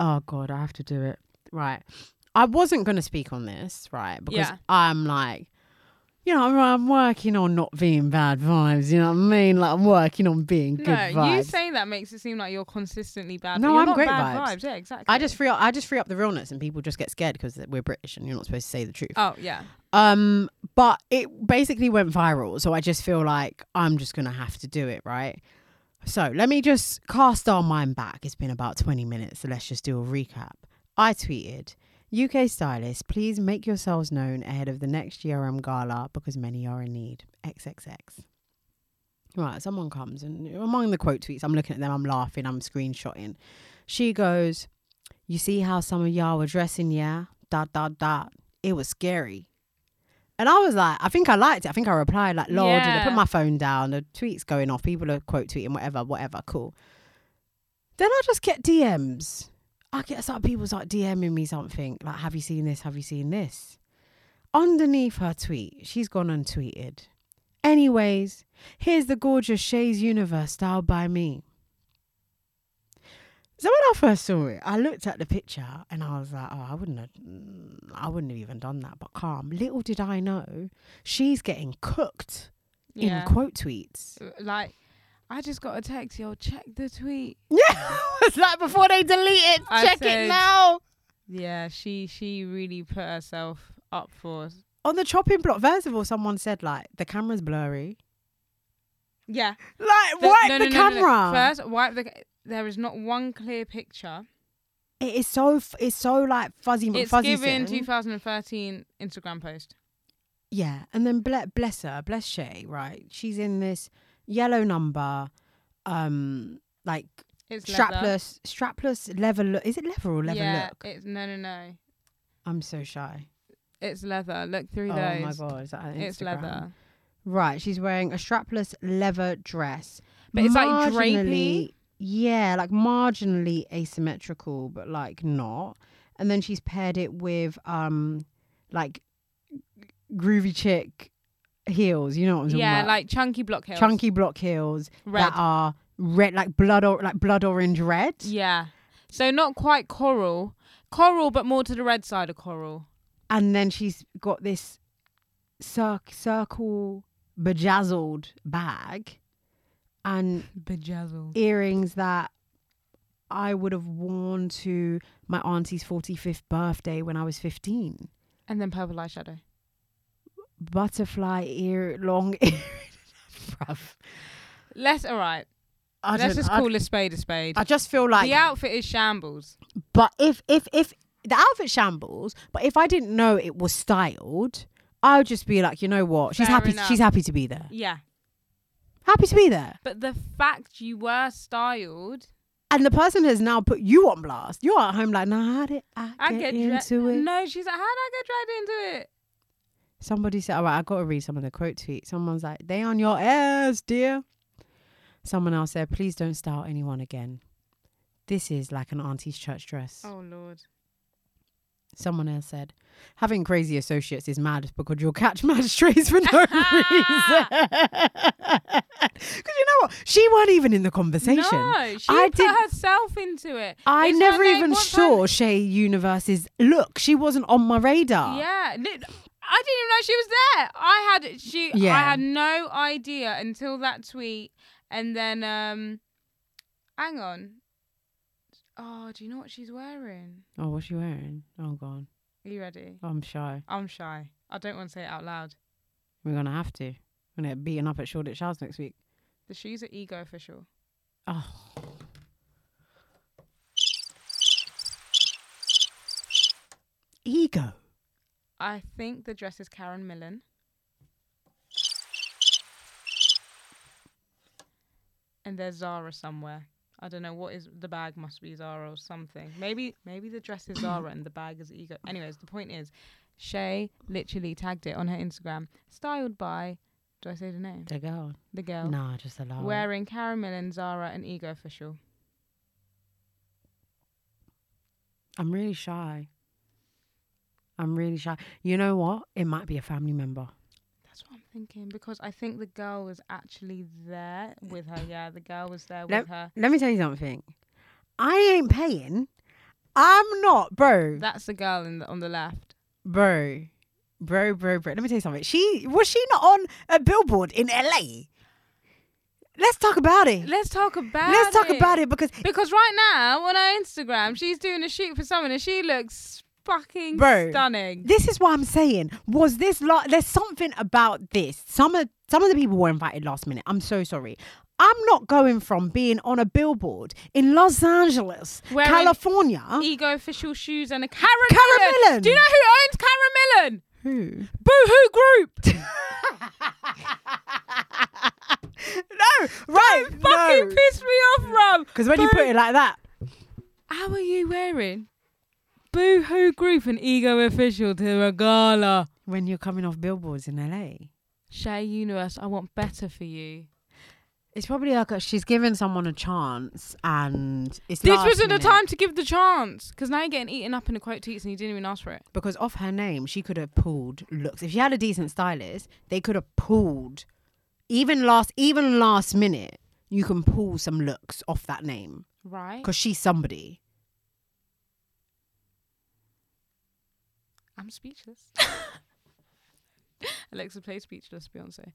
Oh God, I have to do it. Right. I wasn't going to speak on this, right? Because Yeah. I'm like, you know, I'm, I'm working on not being bad vibes. You know what I mean? Like I'm working on being good no, vibes. you saying that makes it seem like you're consistently bad. No, but you're I'm not great bad vibes. Yeah, exactly. I just free up. I just free up the realness, and people just get scared because we're British and you're not supposed to say the truth. Oh yeah. Um, but it basically went viral, so I just feel like I'm just gonna have to do it, right? So let me just cast our mind back. It's been about 20 minutes, so let's just do a recap. I tweeted, UK stylists, please make yourselves known ahead of the next GRM gala because many are in need. XXX. Right, someone comes and among the quote tweets, I'm looking at them, I'm laughing, I'm screenshotting. She goes, You see how some of y'all were dressing, yeah? Dot, dot, dot. It was scary. And I was like, I think I liked it. I think I replied, like, lol, did I Yeah. put my phone down? The tweet's going off. People are quote tweeting, whatever, whatever, cool. Then I just get DMs. I get some people's like DMing me something, like, have you seen this? Have you seen this? Underneath her tweet, she's gone and tweeted. Anyways, here's the gorgeous Shays Universe styled by me. So when I first saw it, I looked at the picture and I was like, "Oh, I wouldn't have, mm, I wouldn't have even done that." But calm. Little did I know, she's getting cooked Yeah. in quote tweets. *laughs* like, I just got a text. Yo, check the tweet. Yeah, it's like before they delete it, I check it said- now. Yeah, she she really put herself up for. On the chopping block. First of all, someone said like the camera's blurry. Yeah. Like The- wipe no, no, the no, no, camera. no. First, wipe the. ca- There is not one clear picture. It is so f- it's so like fuzzy, It's fuzzy. given thing. 2013 Instagram post. Yeah, and then ble- bless her, bless Shay, right? She's in this yellow number, um, like It's leather. strapless, strapless leather look. Is it leather or leather yeah, look? It's, no, no, no. I'm so shy. It's leather. Look Oh through my those. god, is that on It's Instagram? leather. Right, she's wearing a strapless leather dress, But it's, like, Marginally- drapey. Yeah, like marginally asymmetrical, but like not. And then she's paired it with um, like groovy chick heels. You know what I'm talking Yeah, about? like chunky block heels. chunky block heels Red. that are red, like blood or like blood orange red. Yeah. So not quite coral. Coral, but more to the red side of coral. And then she's got this cir- circle bejazzled bag *laughs* and Bejazzle. earrings that I would have worn to my auntie's 45th birthday when I was 15. And then purple eyeshadow. Butterfly ear, long *laughs* ear. Bruv. Let's all right. I Let's don't- just I- call a spade a spade. I just feel like the outfit is shambles. But if if if the outfit shambles, but if I didn't know it was styled, I would just be like, you know what? She's Fair happy. enough. She's happy to be there. Yeah. Happy to be there. But the fact you were styled, And the person has now put you on blast. You're at home like, nah, how did I get, I get into dra- it? No, she's like, how did I get dragged into it? Somebody said, all right, I got to read some of the quote tweets. Someone's like, they on your ass, dear. Someone else said, please don't style anyone again. This is like an auntie's church dress. Oh lord. Someone else said, having crazy associates is mad because you'll catch *laughs* mad strays for *laughs* no reason. Because you know what? She weren't even in the conversation. No, she I put did- herself into it. I It's her never name, even what's her- saw Shay Universe's look. She wasn't on my radar. Yeah, li- I didn't even know she was there. I had she. I Yeah. had no idea until that tweet, and then um, hang on. Oh, do you know what she's wearing? Oh, what's she wearing? Oh, God. Are you ready? I'm shy. I'm shy. I don't want to say it out loud. We're going to have to. We're going to get beaten up at Shoreditch House next week. The shoes are ego official. Oh. Ego. I think the dress is Karen Millen. And there's Zara somewhere. I don't know what is the bag must be Zara or something. Maybe maybe the dress is Zara and the bag is ego. Anyways, the point is Shay literally tagged it on her Instagram. Styled by do I say the name? The girl. The girl. Nah, just allow it. Wearing Karen Millen, Zara and Ego official. I'm really shy. I'm really shy. You know what? It might be a family member. That's what I'm thinking because I think the girl was actually there with her. Yeah, the girl was there with Let, her. let me tell you something. I ain't paying. I'm not, bro. That's the girl in the, on the left. bro. Bro, bro, bro. Let me tell you something. She was she not on a billboard in LA? Let's talk about it. Let's talk about Let's talk about it because Because right now on her Instagram, she's doing a shoot for someone and she looks fucking Bro. stunning. This is what I'm saying. Was this la- there's something about this. Some of some of the people were invited last minute. I'm so sorry. I'm not going from being on a billboard in Los Angeles, Wearing California. *laughs* Ego official shoes and a Karen, Karen Millen. Millen. Do you know who owns Karen Millen? *laughs* Who? Boohoo *laughs* Group. no, right. fucking no. pissed me off, Rob. Because when you put it like that, how are you wearing Boohoo Group and Ego official to a gala? when you're coming off billboards in LA, Shay Universe, I want better for you. it's probably like a, she's giving someone a chance, and it's This last wasn't the minute. time to give the chance because now you're getting eaten up in the quote tweets and you didn't even ask for it. because off her name she could have pulled looks if she had a decent stylist they could have pulled even last even last minute you can pull some looks off that name Right. because she's somebody I'm *laughs* speechless. Alexa, play Speechless, Beyonce.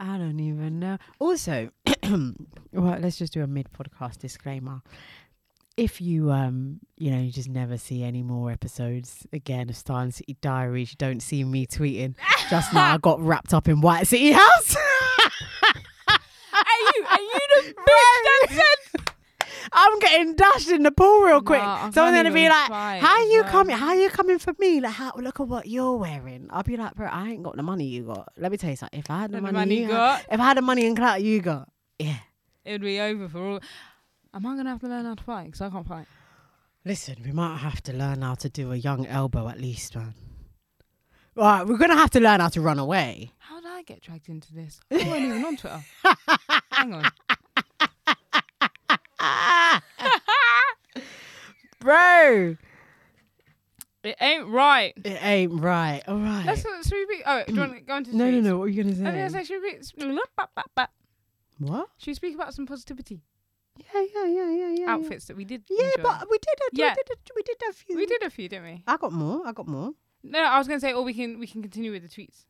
i don't even know also *clears throat* well let's just do a mid podcast disclaimer if you um you know you just never see any more episodes again of Star and City Diaries, you don't see me tweeting just now I got wrapped up in White City House. *laughs* Are you? Are you the bitch that said? *laughs* I'm getting dashed in the pool real quick. I Someone's can't gonna be even like, fight "How as you well." coming? How you coming for me? Like, how, look at what you're wearing." I'll be like, "Bro, I ain't got the money you got. Let me tell you something. If I had the Let me money, money you got. had, if I had the money and clout you got, yeah. It'd be over for all. Am I gonna have to learn how to fight? Because I can't fight. Listen, we might have to learn how to do a young elbow at least, man. All right, we're gonna have to learn how to *laughs* run away. How did I get dragged into this? I wasn't even on *laughs* Twitter. Hang on. Bro, It ain't right. it ain't right. All right. Let's not. Should we be? Oh, do you want to go into? no, no, tweets? no. What are you I was gonna gonna say? say, should we? Be, What? should we speak about some positivity Yeah, yeah, yeah, yeah, yeah, yeah. outfits that we did? Yeah, enjoy? but um, we did. A, Yeah. we did. A, we did a few. we did a few, didn't we? I got more. I got more. No, I was gonna say, or we can we can continue with the tweets.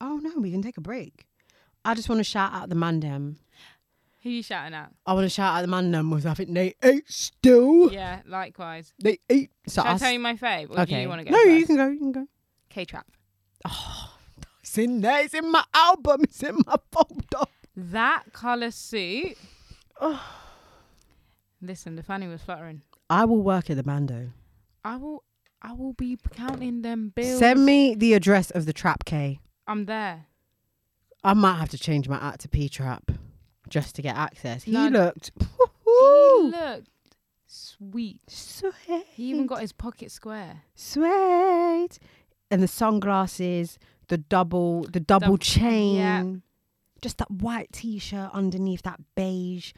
Oh no, we can take a break. I just want to shout out the mandem. Who you shouting at? I want to shout out the mandem because I think they ate still. Yeah, likewise. They ate. So Should I, s- tell you my fave? Or do you want to go? no, you first? can go. You can go. K-Trap. It's in there. It's in my album. It's in my folder. That colour suit. Listen, the fanny was fluttering. I will work at the Mando. I will I will be counting them bills. Send me the address of the Trap K. I'm there. I might have to change my act to P Trap just to get access. He No. looked. He Woo-hoo. looked sweet. Sweet. He even got his pocket square. sweet. And the sunglasses, the double, the double Dub- chain. yeah. Just that white t-shirt underneath that beige,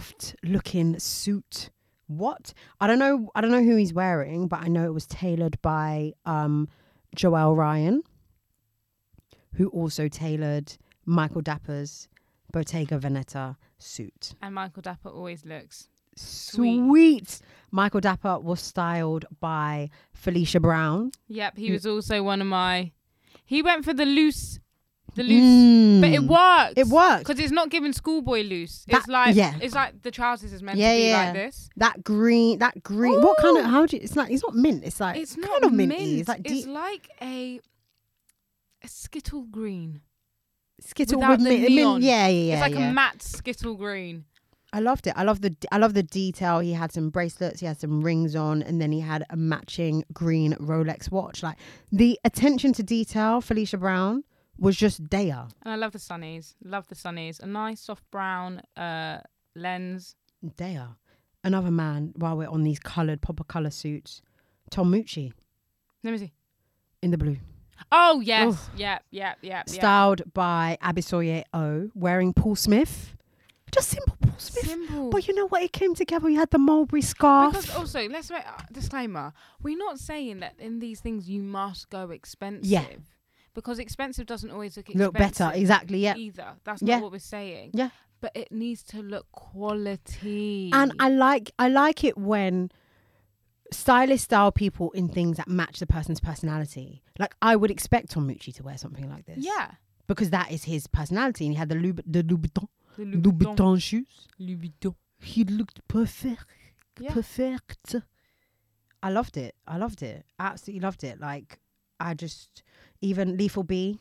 soft-looking suit. What? I don't know. I don't know who he's wearing, but I know it was tailored by um, Joel Ryan, who also tailored Michael Dapper's Bottega Veneta suit. And Michael Dapper always looks. Sweet. Michael Dapper was styled by Felicia Brown. Yep, Mm. he was also one of my. He went for the loose, the loose, Mm. but it worked. It worked. because it's not giving schoolboy loose. it's That- like yeah. it's like the trousers is meant Yeah, to be yeah. like this. That green, that green. What kind of? How do you? It's like it's not mint. It's like It's kind not of mint. minty. It's like deep like a, a skittle green. skittle without with the mint. mint- neon. Yeah, yeah, yeah. it's like yeah. a matte skittle green. I loved it. I love the. d- I love the detail. He had some bracelets. He had some rings on, and then he had a matching green Rolex watch. Like the attention to detail, Felicia Brown was just daya. And I love the sunnies. Love the sunnies. A nice soft brown uh lens. Daya. Another man. While we're on these coloured, proper colour suits, Tom Mucci Let me see. in the blue. Oh yes, yep, yep, yep, yep. styled by Abisoye O, wearing Paul Smith. Just simple Paul Smith. Simple. But you know what? It came together. You had the mulberry scarf. Because also, let's make a disclaimer. We're not saying that in these things you must go expensive. Because expensive doesn't always look expensive. Look better. Exactly. Yeah. Either. That's Yeah. not what we're saying. Yeah. But it needs to look quality. And I like I like it when stylists style people in things that match the person's personality. Like I would expect Tom Mucci to wear something like this. Yeah. Because that is his personality. And he had the Loub- the Louboutin, The Louboutin. Louboutin. shoes. Louboutin. He looked perfect. Yeah. perfect. I loved it. I loved it. Absolutely loved it. Like I just even Lethal B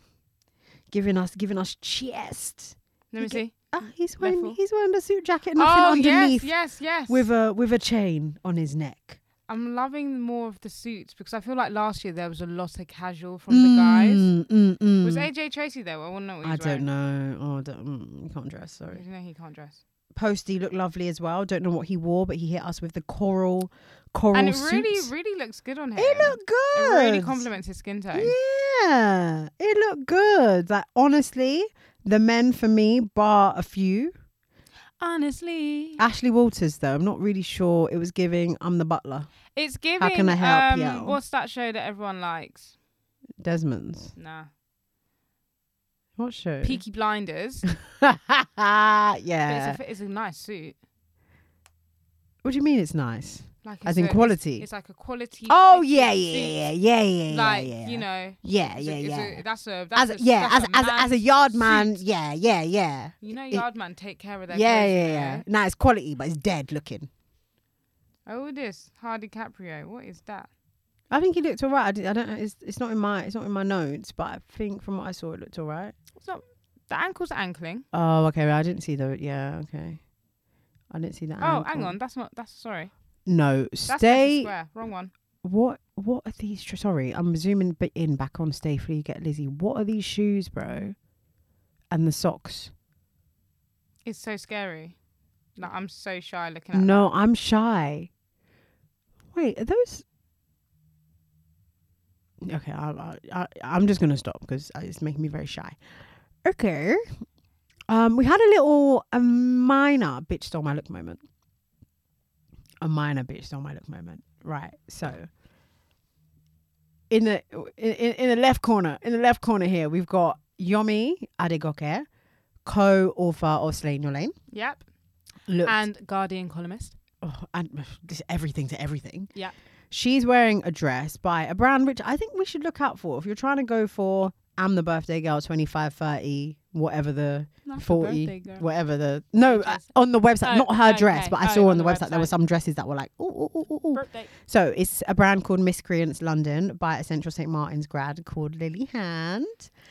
giving us giving us chest. Let me He get- see. Ah, he's wearing Lethal. he's wearing a suit jacket, nothing oh, underneath, yes, yes, yes. with a with a chain on his neck. I'm loving more of the suits because I feel like last year there was a lot of casual from the guys. Mm, mm, mm. Was AJ Tracy there? I want to know what he I was wearing. don't know. Oh, I don't, mm, you can't dress. Sorry. You know he can't dress. Posty looked lovely as well. Don't know what he wore, but he hit us with the coral coral and it suit. really, really looks good on him. it looked It good. really compliments his skin tone. Yeah, it looked good. Like honestly, the men for me, bar a few. Honestly, Ashley Walters though, I'm not really sure. It was giving. I'm the butler. it's giving. can I help um, you? What's that show that everyone likes? Desmond's. Nah, What show? *laughs* Peaky Blinders. But yeah. it's, a, it's a nice suit. what do you mean? It's nice. Like it's As in a- it's- quality? It's, like a quality. Oh fitted yeah, suit. yeah, yeah, yeah, yeah, yeah. Like yeah. you know. Yeah, it's a- yeah, it's yeah. A, that's a As that's a- a, yeah, as that's as as a yard man. suit. Yeah, yeah, yeah. You know, It- yard man take care of their yeah, clothes, you yeah, yeah. know? Now it's quality, but it's dead looking. Oh, this Hardy Caprio. What is that? I think he looked alright. I, did- I don't know. It's, it's not in my it's not in my notes, but I think from what I saw, it looked alright. It's not the ankle's ankling. Oh, okay. I didn't see the. Yeah, okay. I didn't see that. Oh, hang ankle. on. That's not. That's sorry. No, That's Leicester stay. Square. Wrong one. What? What are these? tr- Sorry, I'm zooming bit in back on. Stay free. Get Lizzie. What are these shoes, bro? And the socks. It's so scary. Like I'm so shy looking at. No. No, I'm shy. Wait, are those? Okay, I, I, I, I'm just gonna stop because it's making me very shy. Okay, um, we had a little a minor bitch stole my look moment. A minor bitch stole my look moment. Right, so in the in, in in the left corner, in the left corner here, we've got Yomi Adegoke, co-author of Slay in Your Lane. Yep. Looked And Guardian columnist. oh, and just everything to everything. Yeah. She's wearing a dress by a brand which I think we should look out for. If you're trying to go for I'm the birthday girl 2530 whatever the Not the 40 birthday girl. whatever the no uh, dress. on the website Oh, not her okay. dress but i Oh, saw on on the the website there were website. some dresses that were like ooh, ooh, ooh, ooh, ooh. Birthday. so it's a brand called miscreants london by a central st martin's grad called lily hand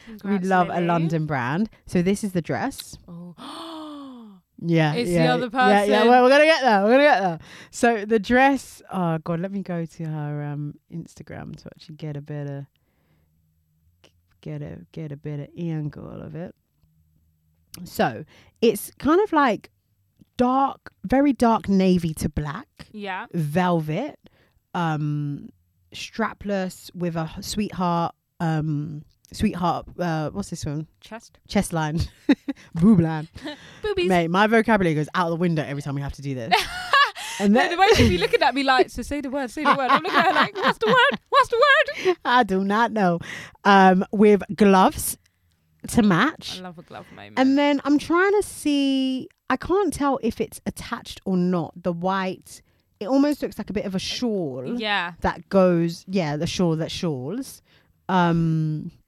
Congrats, we love Lily. a london brand so this is the dress Oh. yeah It's the yeah, other yeah yeah person. well we're gonna get there we're gonna get there so the dress oh god let me go to her um instagram to actually get a better get a get a better angle of it so it's kind of like dark very dark navy to black *gasps* yeah. velvet, um, strapless with a h- sweetheart, um, sweetheart. Uh, what's this one? Chest. Chest line, *laughs* boob line. Boobies. Mate, my vocabulary goes out the window every time we have to do this. *laughs* and No, the way she'd be looking at me like, so say the word, say the word. I'm looking at her *laughs* like, what's the word? What's the word? I do not know. Um, with gloves to match. I love a glove moment. And then I'm trying to see. I can't tell if it's attached or not. The white, it almost looks like a bit of a shawl. yeah. that goes yeah the shawl that shawls um *laughs*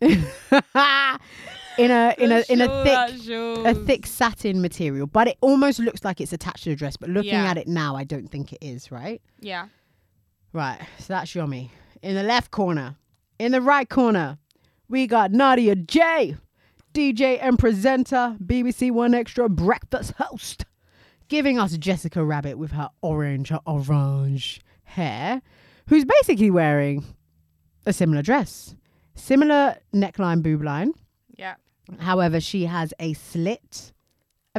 in *laughs* a in a in a thick a thick satin material but it almost looks like it's attached to the dress but looking Yeah. at it now i don't think it is right Yeah. right so that's yummy in the left corner in the right corner we got nadia j dj and presenter bbc one extra breakfast host giving us jessica rabbit with her orange her orange hair who's basically wearing a similar dress similar neckline boob line Yeah. However, she has a slit, a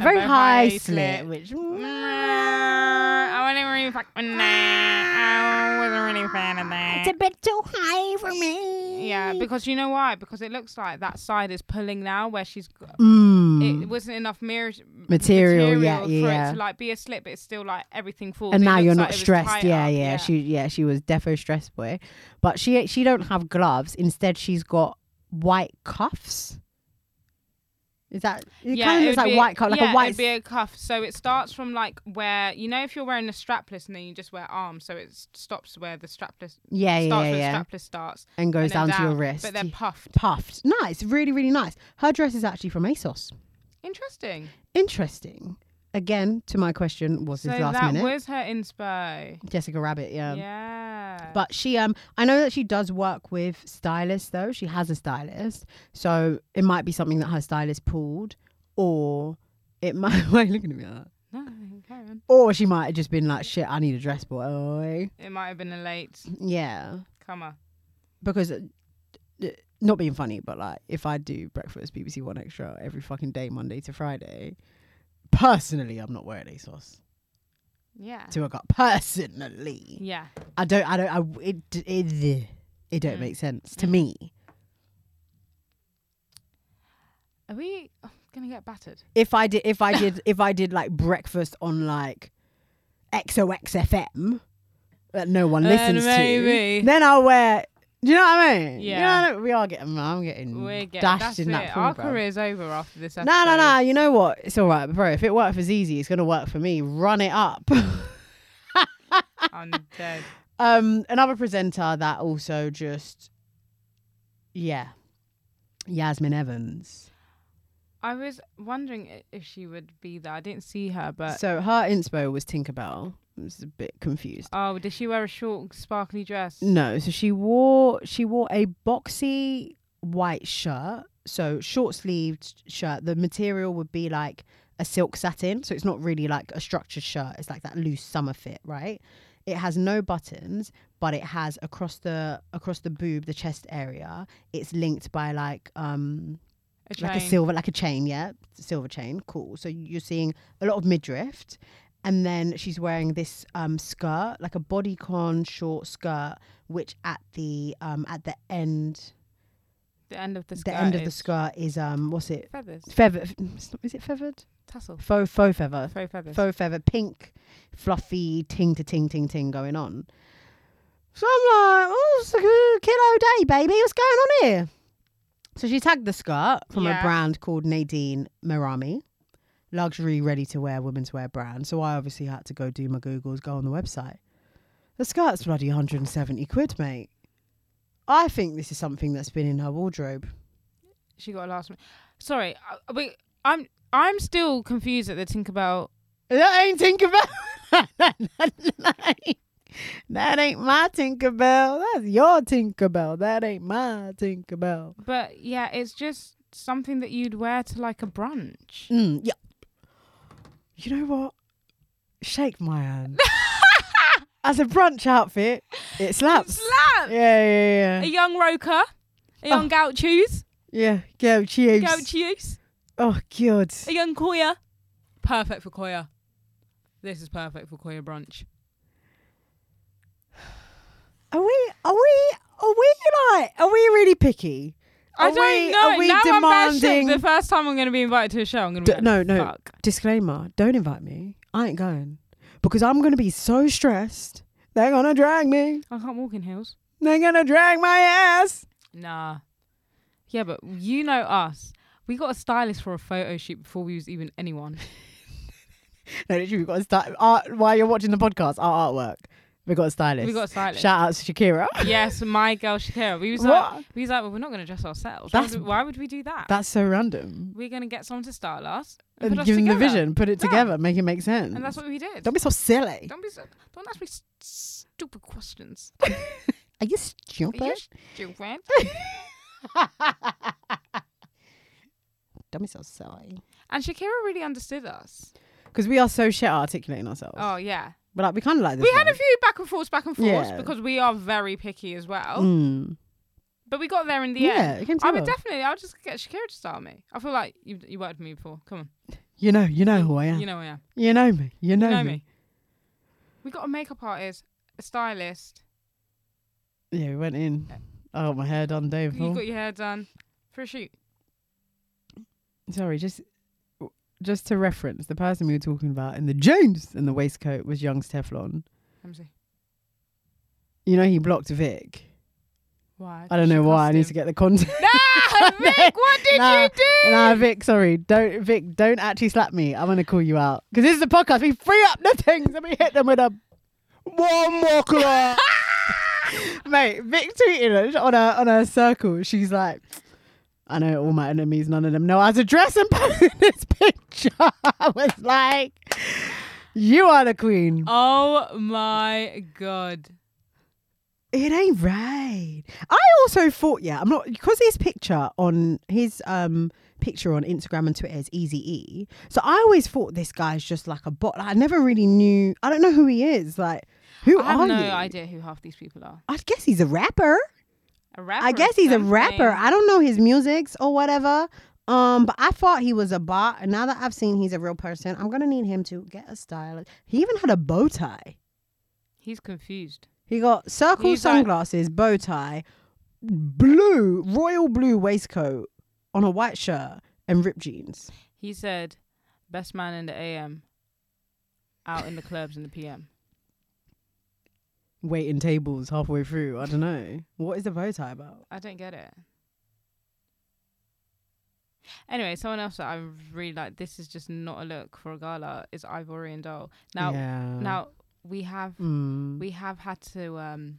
A very very high high slit, slit. which mm, I wasn't really fuck with that. I wasn't really a fan of that. it's a bit too high for me. yeah, because you know why? Because it looks like that side is pulling now, where she's got, Mm. it wasn't enough mirror Material, yeah, for yeah. it to like be a slip, but it's still like everything falls. and It now looks you're like not it was stressed. tied Yeah, up, yeah, She, yeah, she was defo stressed boy, but she she don't have gloves. Instead, she's got white cuffs. Is that it? kind of it would looks like be white cuff, like yeah, a white. It'd be a cuff. So it starts from like where you know if you're wearing a strapless and then you just wear arms, so it s- stops where the strapless yeah, yeah, starts yeah, where yeah. the strapless starts. and goes and then down, to your wrist. But they're Yeah. puffed. puffed. Nice, really, really nice. Her dress is actually from ASOS. Interesting. Interesting. Again, to my question, was So this last that minute? was her inspo. Jessica Rabbit, yeah. yeah. But she, um, I know that she does work with stylists though. She has a stylist, so it might be something that her stylist pulled, or it *laughs* might. Why are you looking at me like that? No, carry on. Or she might have just been like, "Shit, I need a dress, boy." it might have been a late Yeah, comer. because. uh, uh, Not being funny, but like if I do breakfast BBC One Extra every fucking day, Monday to Friday, personally, I'm not wearing ASOS Yeah. to a gut. Personally, Yeah. I don't, I don't, I, it, it, it don't Mm. make sense to me. Are we oh, gonna get battered? If I did, if I did, if I did like breakfast on like XOXFM that no one Then listens maybe. to, then I'll wear. Do you know what I mean? You Yeah. know what I mean? we are getting, I'm getting We're getting Mm, dashed that's in that it. pool, Our bruv. career's over after this episode. No, no, no. You know what? It's all right, bro. If it worked for Zizi, it's gonna work for me. Run it up. *laughs* I'm dead. um another presenter that also just yeah yasmin evans I was wondering i- if she would be there. I didn't see her, but so her inspo was tinkerbell i was a bit confused oh, did she wear a short, sparkly dress? no so she wore she wore a boxy white shirt so short sleeved shirt the material would be like a silk satin so it's not really like a structured shirt it's like that loose summer fit right it has no buttons but it has across the across the boob the chest area it's linked by like um a like a chain. silver, like a chain, yeah, silver chain. Cool. So you're seeing a lot of midriff, and then she's wearing this um, skirt, like a bodycon short skirt, which at the um, at the end, The end of the skirt. the end of the is skirt is um, what's it? Feathers. Feathered? it's not- Is it feathered? Tassel. Faux faux feather. Faux feathers. Faux feather, pink, fluffy, ting to ting ting ting going on. So I'm like, oh, it's a good kilo day, baby. What's going on here? So she tagged the skirt from a Yeah. brand called Nadine Mirami, luxury ready to wear women's wear brand. So I obviously had to go do my Googles, go on the website. The skirt's bloody 170 quid, mate. I think this is something that's been in her wardrobe. She got a last minute. Sorry, uh, wait. I'm I'm still confused at the Tinkerbell. That ain't Tinkerbell. *laughs* that ain't my Tinkerbell. That's your Tinkerbell. That ain't my Tinkerbell. But yeah, it's just something that you'd wear to like a brunch. Mm, yeah. You know what? Shake my *laughs* hand. As a brunch outfit, it slaps. Slap. Yeah, yeah, A yeah. young roker, a young Oh. gauchos, Yeah, go cheers. gauchos, Oh, God. a young koya. Perfect for koya. This is perfect for koya brunch. Are we, are we, are we like, are we really picky? I Are don't we- know. are we now I'm bashing. demanding- The first time I'm going to be invited to a show, I'm going to D- be like, no, no. Fuck. Disclaimer don't invite me. I ain't going because I'm going to be so stressed. They're going to drag me. I can't walk in heels. They're going to drag my ass. Nah. Yeah, but you know us. We got a stylist for a photo shoot before we was even *laughs* anyone. No, literally, we've got a style. Art, while you're watching the podcast, our artwork. We've got a stylist. We got a stylist. Shout out to Shakira. yes, my girl Shakira. We was What? like, we was like, well, we're not gonna dress ourselves. Why That's- would, why would we do that? That's so random. we're gonna get someone to style us and, put And us give them the together. vision, put it Yeah. together, make it make sense. and that's what we did. Don't be so silly. Don't be so, don't ask me s- stupid questions. Are you Are stupid? you stupid? *laughs* Don't be so silly. and Shakira really understood us. Because we are so shit at articulating ourselves. Oh yeah, But like, we kind of like this. we had a one. few back and forths, back and forths Yeah. because we are very picky as well. Mm. But we got there in the Yeah, end. it came I would together. definitely. I would just get Shakira to style me. I feel like you you worked with me before. Come on, You know, you know who I am. you know I am. You know me. You know, You know me. me. We got a makeup artist, a stylist. Yeah, we went in. I got my hair done, Dave. You got your hair done for a shoot. Sorry, just just to reference, the person we were talking about in the jeans and the waistcoat was Young's Teflon. Let me see. You know, he blocked Vic. Why? I don't know why. I need to get the content. *laughs* *laughs* No, Vic, what did Nah, you do? Nah, Vic, sorry. Don't, Vic, don't actually slap me. I'm going to call you out. Because this is the podcast. We free up the things and we hit them with a. One more clock. Mate, Vic tweeted us on her, on her circle. She's like, I know all my enemies, none of them know I was a dress and *laughs* posted this picture. *laughs* I was like, you are the queen. Oh my god. It ain't right. I also thought, yeah, I'm not because his picture on his um picture on Instagram and Twitter is Easy E. So I always thought this guy's just like a bot. Like, I never really knew. I don't know who he is. Like, who I have are no you? idea who half these people are. I guess he's a rapper. A rapper. I or guess he's a something. rapper. I don't know his musics or whatever. Um, but I thought he was a bot. And now that I've seen he's a real person, I'm gonna need him to get a stylist. He even had a bow tie. He's confused. He got circle He's like- sunglasses, bow tie, blue, royal blue waistcoat on a white shirt and ripped jeans. He said, "Best man in the AM, out in the clubs in the PM." Waiting tables halfway through. I don't know. What is the bow tie about? I don't get it. Anyway, someone else that I really like. This is just not a look for a gala. Is Ivory and Doll. Now, yeah. now we have Mm. we have had to um,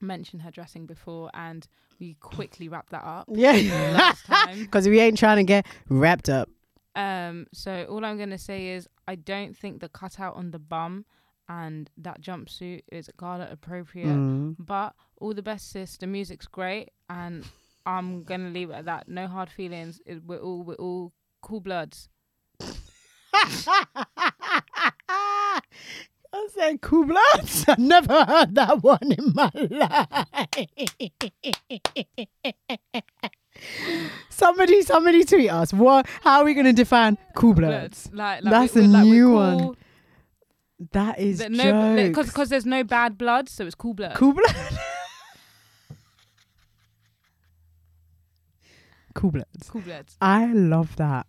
mention her dressing before, and we quickly wrapped that up. *laughs* *laughs* yeah. last time. Because we ain't trying to get wrapped up. Um, so all I'm gonna say is I don't think the cutout on the bum and that jumpsuit is gala appropriate. Mm. But all the best, sis. The music's great, and I'm gonna leave it at that. No hard feelings. It, we're all we're all cool bloods. I said cool *laughs* bloods. I've never heard that one in my life. somebody, somebody tweet us. What? How are we going to define cool bloods? Like, That's we- a we're- we're new cool. one. That is That no, no, because because there's no bad blood, so it's cool blood. cool blood. cool bloods. Cool bloods. I love that.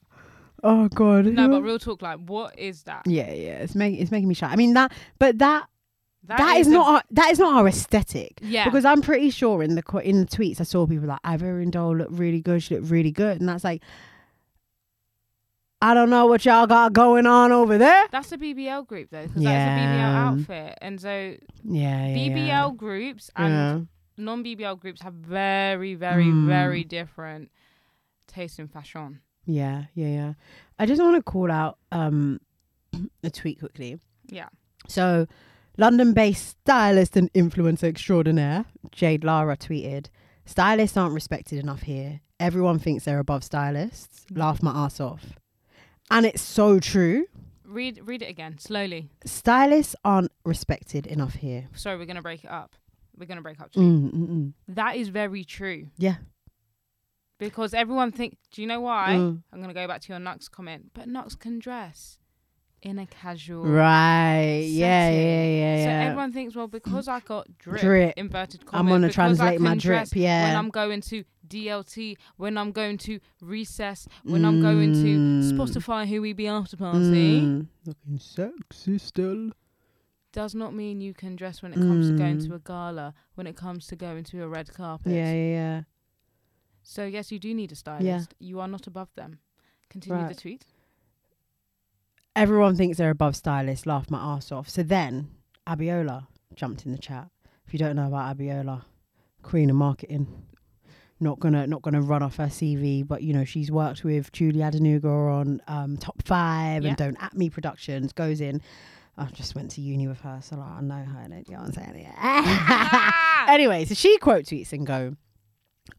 Oh god. No, but real talk, like, what is that? yeah, yeah. It's making it's making me shy. I mean that, but that that is a- not our, that is not our aesthetic. Yeah. Because I'm pretty sure in the qu- in the tweets I saw people like Ivor and Dole look really good. She looked really good, and that's like, I don't know what y'all got going on over there. That's a BBL group though, because Yeah. that's a BBL outfit, and so Yeah, yeah. BBL yeah. groups and Yeah. non BBL groups have very, very, Mm. very different taste in fashion. Yeah, yeah, yeah. I just want to call out um, *clears throat* a tweet quickly. Yeah. So, London based stylist and influencer extraordinaire, Jade Lara, tweeted Stylists aren't respected enough here. Everyone thinks they're above stylists. Mm. Laugh my ass off. And it's so true. Read read it again slowly. Stylists aren't respected enough here. Sorry, we're gonna break it up. We're gonna break up. Tweet. Mm, mm, mm. That is very true Yeah. because everyone think. Do you know why? Mm. I'm gonna go back to your Nux comment, but Nux can dress in a casual. Right. Yeah, setting. yeah, yeah, So yeah. everyone thinks, well, because I got drip, Drip. inverted commas. I'm gonna because I translate my can drip, dress When yeah. I'm going to DLT, when I'm going to recess, when I'm going to Mm. Spotify, who we be after party, Mm. Looking sexy still. does not mean you can dress when it comes to going Mm. to a gala, when it comes to going to a red carpet. Yeah, yeah, yeah. So yes, you do need a stylist. You are not above them. Continue the Right. *laughs* tweet. Everyone thinks they're above stylists. Laugh my ass off. So then Abiola jumped in the chat. If you don't know about Abiola, queen of marketing. Not gonna not gonna run off her CV, but you know she's worked with Julie Adenuga on um, Top Five Yeah. and Don't At Me Productions. Goes in. I just went to uni with her, so like, I know her. Don't you know what I'm saying? *laughs* Yeah. Uh, anyway, so she quote tweets and go.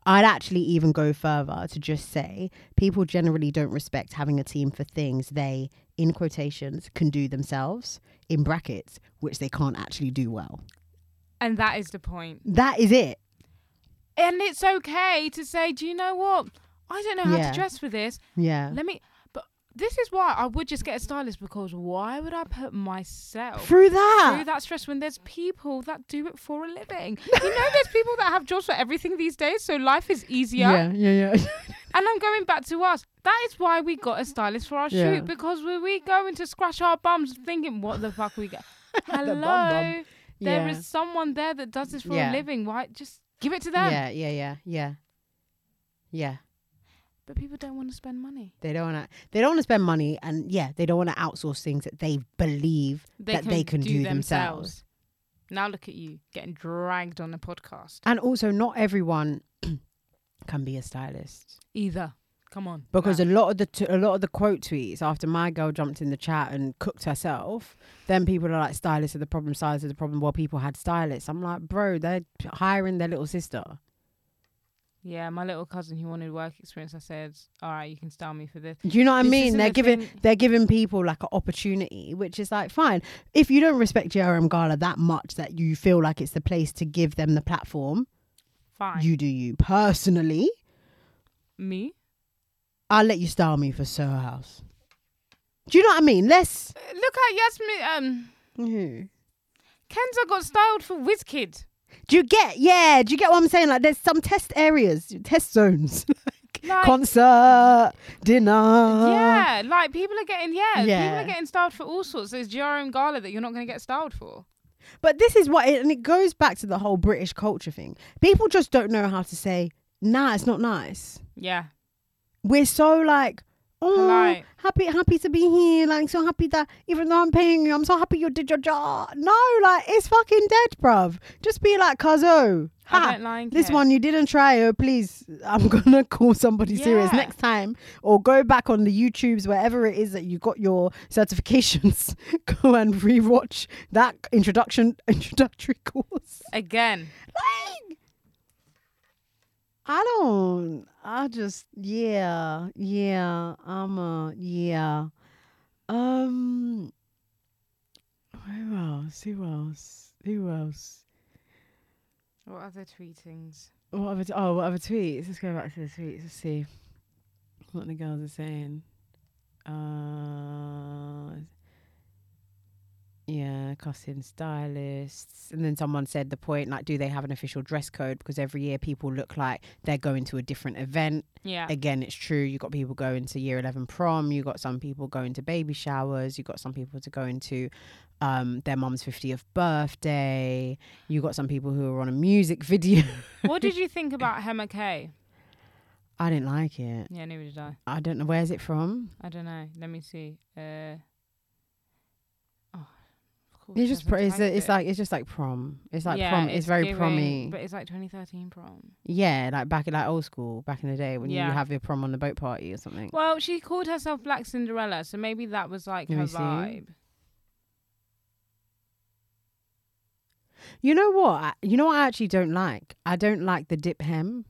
I'd actually even go further to just say people generally don't respect having a team for things they, in quotations, can do themselves, in brackets, which they can't actually do well. And that is the point. That is it. And it's okay to say, do you know what? I don't know how Yeah. to dress for this. Yeah. Let me. But this is why I would just get a stylist because why would I put myself through, Through that. that stress when there's people that do it for a living? you know, there's people that have jobs for everything these days, so life is easier. *laughs* Yeah, yeah, yeah. And I'm going back to us. That is why we got a stylist for our Yeah. shoot because we we going to scratch our bums thinking, what the fuck *laughs* we get? Hello, bum bum. there *laughs* Yeah. is someone there that does this for a Yeah. living. Why just give it to them? yeah, yeah, yeah, yeah. Yeah. But people don't want to spend money. They don't want to. They don't want to spend money, and yeah, they don't want to outsource things that they believe that they can do, themselves. Now look at you getting dragged on a podcast. And also, not everyone *clears throat* can be a stylist. Either. Come on. because now. a lot of the t- a lot of the quote tweets after my girl jumped in the chat and cooked herself, then people are like stylists are the problem, stylists are the problem. Well, people had stylists. I'm like, bro, they're hiring their little sister. yeah, my little cousin who wanted work experience, I said, All right, you can style me for this. Do you know what I This mean? isn't They're the giving thing- they're giving people like an opportunity, which is like fine. If you don't respect JRM Gala that much that you feel like it's the place to give them the platform, Fine. you do you personally. me? I'll let you style me for Soho House. Do you know what I mean? Let's. Uh, Look at Yasmin um Kenza got styled for WizKid. Do you get? Yeah. Do you get what I'm saying? Like, there's some test areas, test zones, *laughs* like, Like- concert, dinner. yeah, like people are getting yeah, people Uh, yeah. are getting styled for all sorts. There's GRM Gala that you're not gonna get styled for. But this is what, it, and it goes back to the whole British culture thing. People just don't know how to say, "Nah, it's not nice." Yeah. We're so like. Oh, Polite. happy, happy to be here. Like, so happy that even though I'm paying you, I'm so happy you did your job. No, like, it's fucking dead, bruv. Just be like, Kazo. I don't like This it. one you didn't try, oh please. I'm *laughs* gonna call somebody serious Yeah. next time, or go back on the YouTubes wherever it is that you got your certifications. *laughs* go and rewatch that introduction *laughs* introductory course. Again. Like, I don't. I just yeah yeah. I'm a yeah. Um. Who else? Who else? Who else? What other tweetings? What other, oh, what other tweets? Let's go back to the tweets. Let's see what the girls are saying. Uh, yeah, costume stylists. And then someone said the point like, do they have an official dress code? Because every year people look like they're going to a different event. Yeah. Again, it's true. You got people going to year 11 prom. You got some people going to baby showers. You got some people to go into um, their mum's 50th birthday. You got some people who are on a music *laughs* video. what did you *laughs* think about Hema K? I didn't like it. Yeah, neither did I. I don't know where's it from. I don't know. Let me see. Uh, oh, called? It's just She pr- hasn't it's, a- typed it's it. like it's just like prom. It's like prom. It's, very giving- promy. But it's like 2013 prom. yeah, like back in like old school, back in the day when Yeah. you have your prom on the boat party or something. Well, she called herself Black Cinderella, so maybe that was like Let her me see. vibe. You know what? I- You know what I actually don't like. I don't like the dip hem.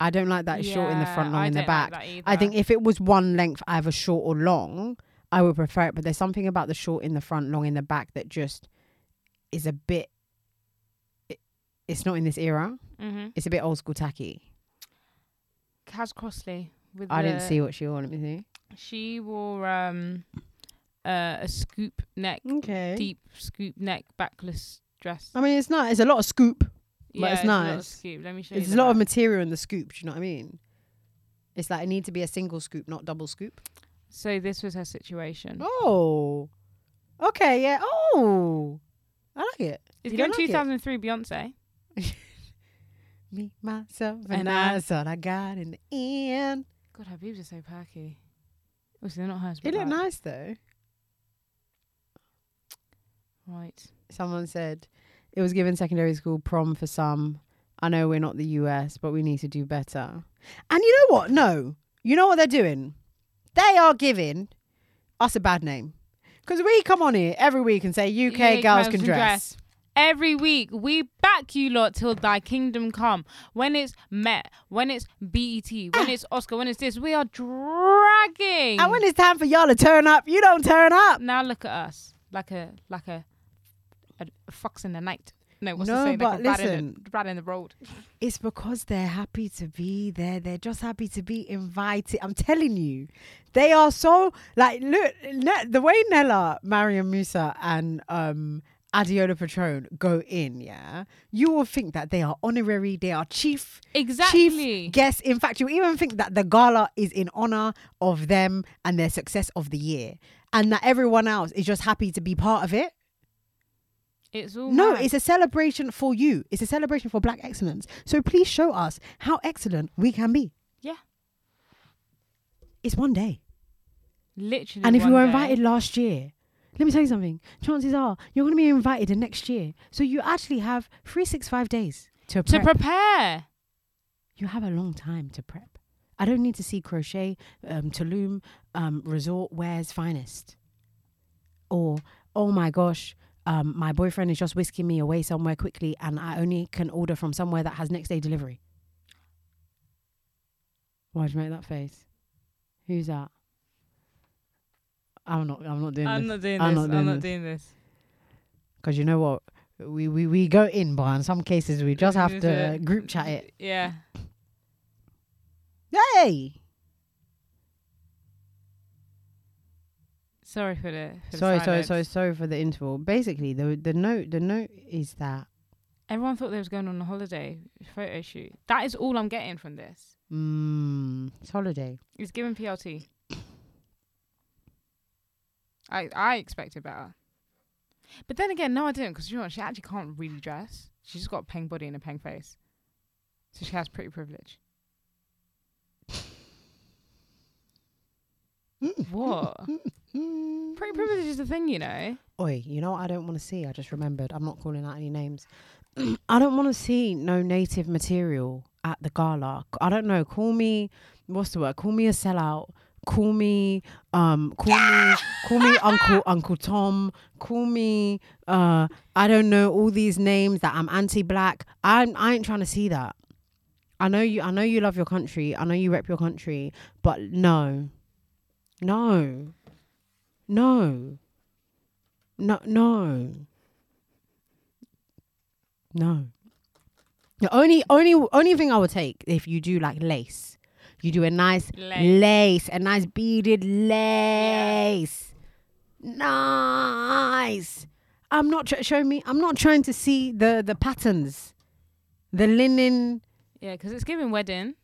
I don't like that short in the front, Yeah, long I in the don't like back. that I think either. if it was one length, either short or long, I would prefer it. But there's something about the short in the front, long in the back that just is a bit. It, it's not in this era. Mhm. It's a bit old school tacky. Kaz Crossley. With I didn't the- see what she wanted me She wore um uh, a scoop neck, to. Okay. deep scoop neck, backless dress. I mean, it's not. It's a lot of scoop. yeah, it's a lot of nice. scoop. Let me show you. It's the a lot of back. material in the scoop. Do you know what I mean? It's like it needs to be a single scoop, not double scoop. so this was her situation. Oh. Okay. Yeah. Oh. I like it. it's You given don't like it? 2003 Beyonce. Me, myself, and, And I. I. That's all I got in the end. God, her boobs are so perky. Obviously, they're not hers. It But looked like- nice though. Right. Someone said it was given secondary school prom for some. I know we're not the US, but we need to do better. And you know what? No. You know what they're doing? They are giving us a bad name. Because we come on here every week and say UK UK girls girls can can dress. Every week, we back you lot till thy kingdom come. When it's Met, when it's BET, when it's Oscar, when it's this, we are dragging. Ah. And when it's time for y'all to turn up, you don't turn up. now look at us like a like a, a fox in the night. No, what's No, the saying? like a but rat in listen. the, rat in the road. It's because they're happy to be there. They're just happy to be invited. I'm telling you, they are so like look ne- the way Nella, Marion Musa, and um Adiola Patron go in. Yeah, you will think that they are honorary. They are chief. Exactly. Chief guests. In fact, you even think that the gala is in honor of them and their success of the year, and that everyone else is just happy to be part of it. It's all No, mad. it's a celebration for you. It's a celebration for black excellence. So please show us how excellent we can be. Yeah. It's one day. literally. And if one you were day. invited last year, let me tell you something. Chances are you're going to be invited the next year. So you actually have 365 days to to prep. prepare, you have a long time to prep. I don't need to see crochet, um, Tulum, um, resort wear's finest. Or, oh my gosh, um, my boyfriend is just whisking me away somewhere quickly and I only can order from somewhere that has next day delivery. Why'd you make that face? Who's that? I'm not. I'm not doing I'm this. not doing I'm this. not doing I'm not this. doing this. Because you know what, we, we we go in, but in some cases we just have to group chat it. Yeah. Hey, Sorry for the. For the sorry, sorry, silence. sorry, sorry for the interval. Basically, the the note the note is that Everyone thought they was going on a holiday photo shoot. That is all I'm getting from this. mm, it's holiday. It's given PLT. I I expected better, but then again, no, I didn't because you know what? she actually can't really dress. She's just got a peng body and a peng face, so she has pretty privilege. what? *laughs* pretty privilege is the thing, you know. Oi, you know what I don't want to see? I just remembered. I'm not calling out any names. *clears throat* I don't want to see no native material at the gala. C- I don't know. Call me, what's the word? Call me a sellout. Call me, um, call me, call me Uncle Uncle Tom. Call me, uh, I don't know all these names that I'm anti-black. I'm I ain't trying to see that. I know you. I know you love your country. I know you rep your country, but no, no, no. No, no, no. The only, only, only thing I would take if you do like lace, you do a nice lace, Lace. a nice beaded lace, nice. I'm not tr- show me. I'm not trying to see the the patterns, the linen, Yeah, because it's giving wedding.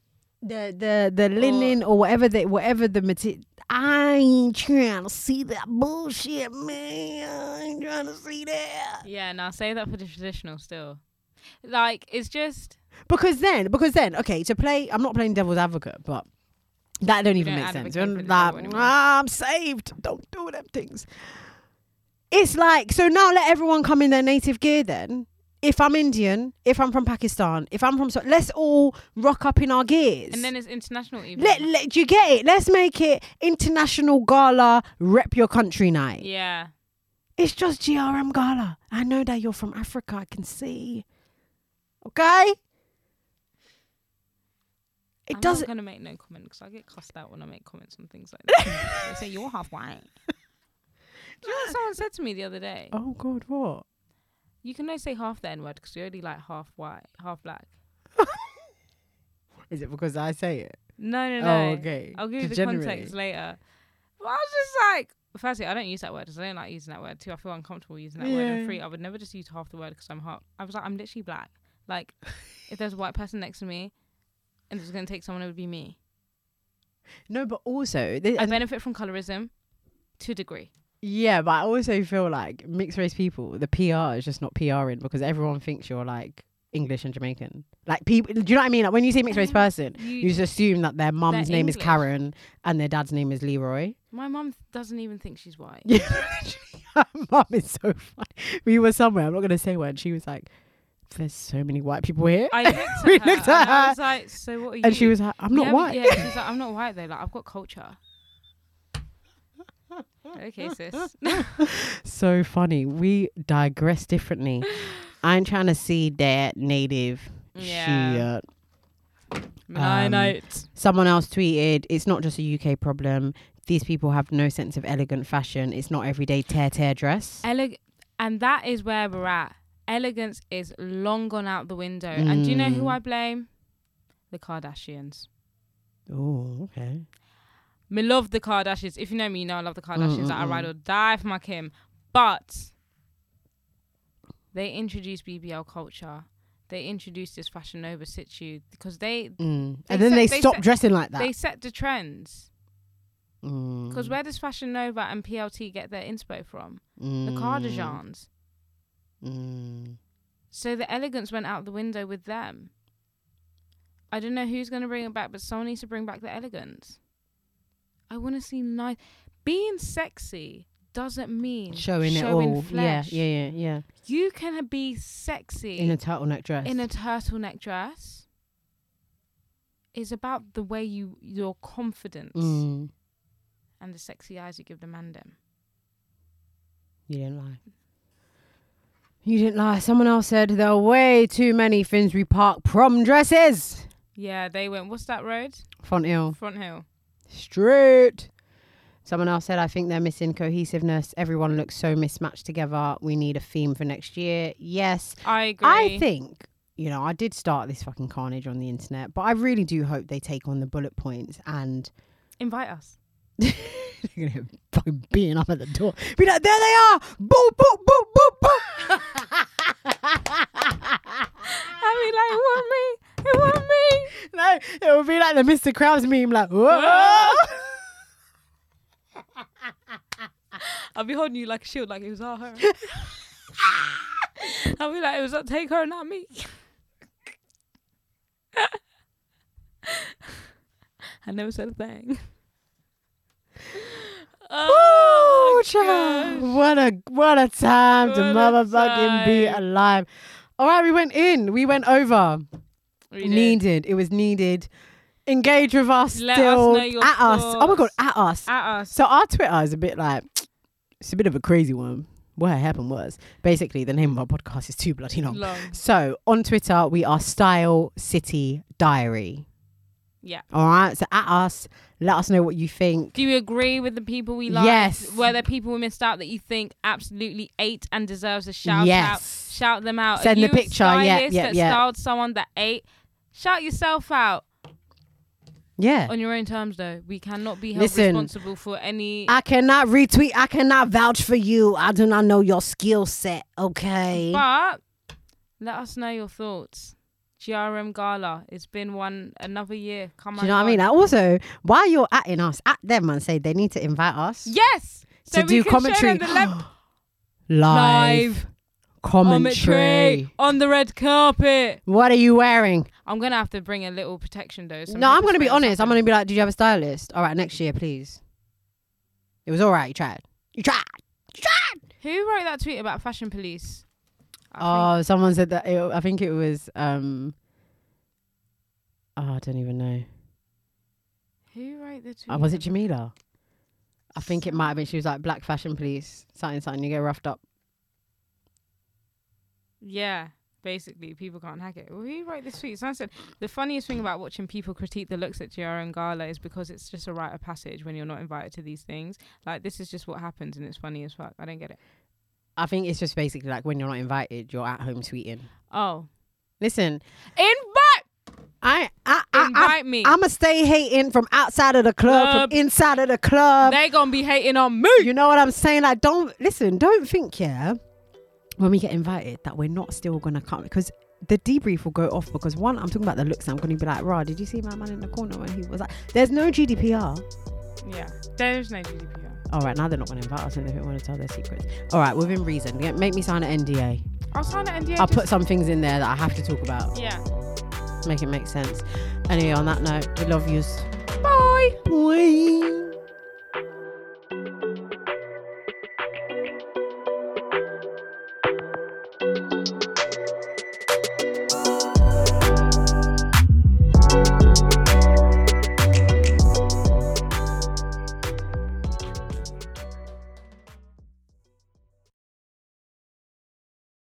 the the the linen or whatever the whatever the material. I ain't trying to see that bullshit, man. I ain't trying to see that. Yeah, now save that for the traditional still. Like it's just Because then, because then, okay, to play, I'm not playing devil's advocate, but that don't even don't make sense. advocate for the Like, devil anymore. "Ah, I'm saved. Don't do them things. It's like so now let everyone come in their native gear then. If I'm Indian, if I'm from Pakistan, if I'm from so let's all rock up in our gears. And then it's international evening. let, let do you get it? Let's make it international gala rep your country night. yeah. It's just GRM gala. I know that you're from Africa. I can see. Okay. It I'm doesn't. not gonna make no comment because I get cussed out when I make comments on things like that. they say you're half *laughs* white. Do you know what someone said to me the other day? Oh God, what? You can only say half the N word because you're only like half white, half black. Is it because I say it? No, no, no. Oh, okay. I'll give you the Just context generally. later. But I was just like, firstly, I don't use that word 'cause I don't like using that word. Two, I feel uncomfortable using that word. And Yeah. three, I would never just use half the word because I'm half. I was like, I'm literally black. *laughs* Like, if there's a white person next to me and it was going to take someone, it would be me. No, but also, th- I and- benefit from colorism to a degree. yeah, but I also feel like mixed race people, the PR is just not PRing because everyone thinks you're like English and Jamaican. Like people, do you know what I mean? Like when you see mixed Um, race person, You- you just assume that their mum's name is English. Karen and their dad's name is Leroy. *laughs* My mum doesn't even think she's white. Yeah, *laughs* literally, her mum is so funny. We were somewhere. I'm not gonna say where. And she was like, "There's so many white people here." *laughs* I looked at we her and looked at I her, was like, so what are you? and she was like, "I'm not Yeah, but- white." Yeah, *laughs* she's like, I'm not white though. Like, I've got culture. okay, *laughs* sis. so funny. We *sighs* digress differently. I'm trying to see that native Yeah. shit. Um, Someone else tweeted, "It's not just a UK problem. These people have no sense of elegant fashion. It's not everyday tear tear dress." Eleg- and that is where we're at. Elegance is long gone out the window. And do you know who Mm. I blame? The Kardashians. Oh, okay. Me love the Kardashians. If you know me, you know I love the Kardashians. Like, I mm, ride or die for my Kim. But they introduced BBL culture. They introduced this Fashion Nova situ because they Mm. They and then said- they, they stopped said- dressing like that. they set the trends. Mm. Because where does Fashion Nova and PLT get their inspo from? The Mm. Kardashians. Mm. So the elegance went out the window with them. I don't know who's going to bring it back, but someone needs to bring back the elegance. I want to see nice. Being sexy doesn't mean Showing, it all. Yeah, yeah, yeah, yeah. You can be sexy in a turtleneck dress. in a turtleneck dress. It's about the way you your confidence mm, and the sexy eyes you give the man them. you didn't lie. You didn't lie. Someone else said there are way too many Finsbury Park prom dresses. Yeah, they went. What's that road? Font Hill. Front Hill. Straight. Someone else said, I think they're missing cohesiveness. Everyone looks so mismatched together. We need a theme for next year. Yes. I agree. I think, you know, I did start this fucking carnage on the internet, but I really do hope they take on the bullet points and invite us. *laughs* They're gonna get fucking beaten up at the door. Be like, there they are! Boop, boop, boop, boop, boop! *laughs* I mean, like, it wasn't me. It wasn't me. no, it would be like the Mr. Krabs meme, like, whoa! *laughs* I'll be holding you like a shield, like it was all her. I'll be like, it was up, take her, not me. *laughs* I never said a thing. Woo, Oh, child. gosh. What a what a time to What a motherfucking be time. alive. All right, we went in. We went over. We did. Needed. It was needed. Engage with us Let us still. know your at us. Oh my god, thoughts. at us. At us. So our Twitter is a bit like it's a bit of a crazy one. What happened was basically the name of our podcast is too bloody long. Long. So on Twitter we are Style City Diary. Yeah. All right. So at us, let us know what you think. Do you agree with the people we lost? Yes. Were there people we missed out that you think absolutely ate and deserves a shout Yes. out? Shout them out. Are Send the you a picture. Yeah, stylist yeah, that yeah. styled someone that ate. Shout yourself out Yeah. on your own terms, though. We cannot be held Listen. responsible for any. I cannot retweet. I cannot vouch for you. I do not know your skill set. Okay. But let us know your thoughts. GRM Gala. It's been one another year. Come do on. you know what I mean? Like, also, while you're atting us, at them and say they need to invite us Yes. So to we do can show commentary. them the lem- Live *gasps* commentary. commentary on the red carpet. What are you wearing? I'm gonna have to bring a little protection though. so no, I'm people going to be spray us honest. I'm up in- going to be like, did you have a stylist? All right, next year, please. It was all right. You tried. You tried. Who wrote that tweet about fashion police? I Oh, someone said that. It, I think it was. um oh, I don't even know. think- who wrote the tweet? Uh, was it about- Jamila? I think it might have been. She was like black fashion police, something, something. You get roughed up. Yeah, basically, people can't hack it. Well, who wrote this tweet? Someone said the funniest thing about watching people critique the looks at Giara and Gala is because it's just a rite of passage when you're not invited to these things. Like this is just what happens, and it's funny as fuck. I don't get it. I think it's just basically like when you're not invited, you're at home tweeting. Oh, Listen, invite, I, I, I, I invite me. I'm gonna stay hating from outside of the club, Club. from inside of the club. they gonna be hating on me. you know what I'm saying? Like, don't listen. Don't think, yeah, when we get invited that we're not still gonna come because the debrief will go off. Because one, I'm talking about the looks. I'm gonna be like, rah, did you see my man in the corner when he was like, there's no GDPR. Yeah, there's no GDPR. All right, now they're not gonna invite us and they don't want to tell their secrets. All right, within reason. Yeah, Make me sign an NDA. I'll sign an NDA. I'll just- put some things in there that I have to talk about. Yeah. Make it make sense. Anyway, on that note, we love yous. Bye. Bye.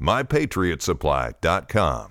mypatriotsupply.com.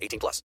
18 plus.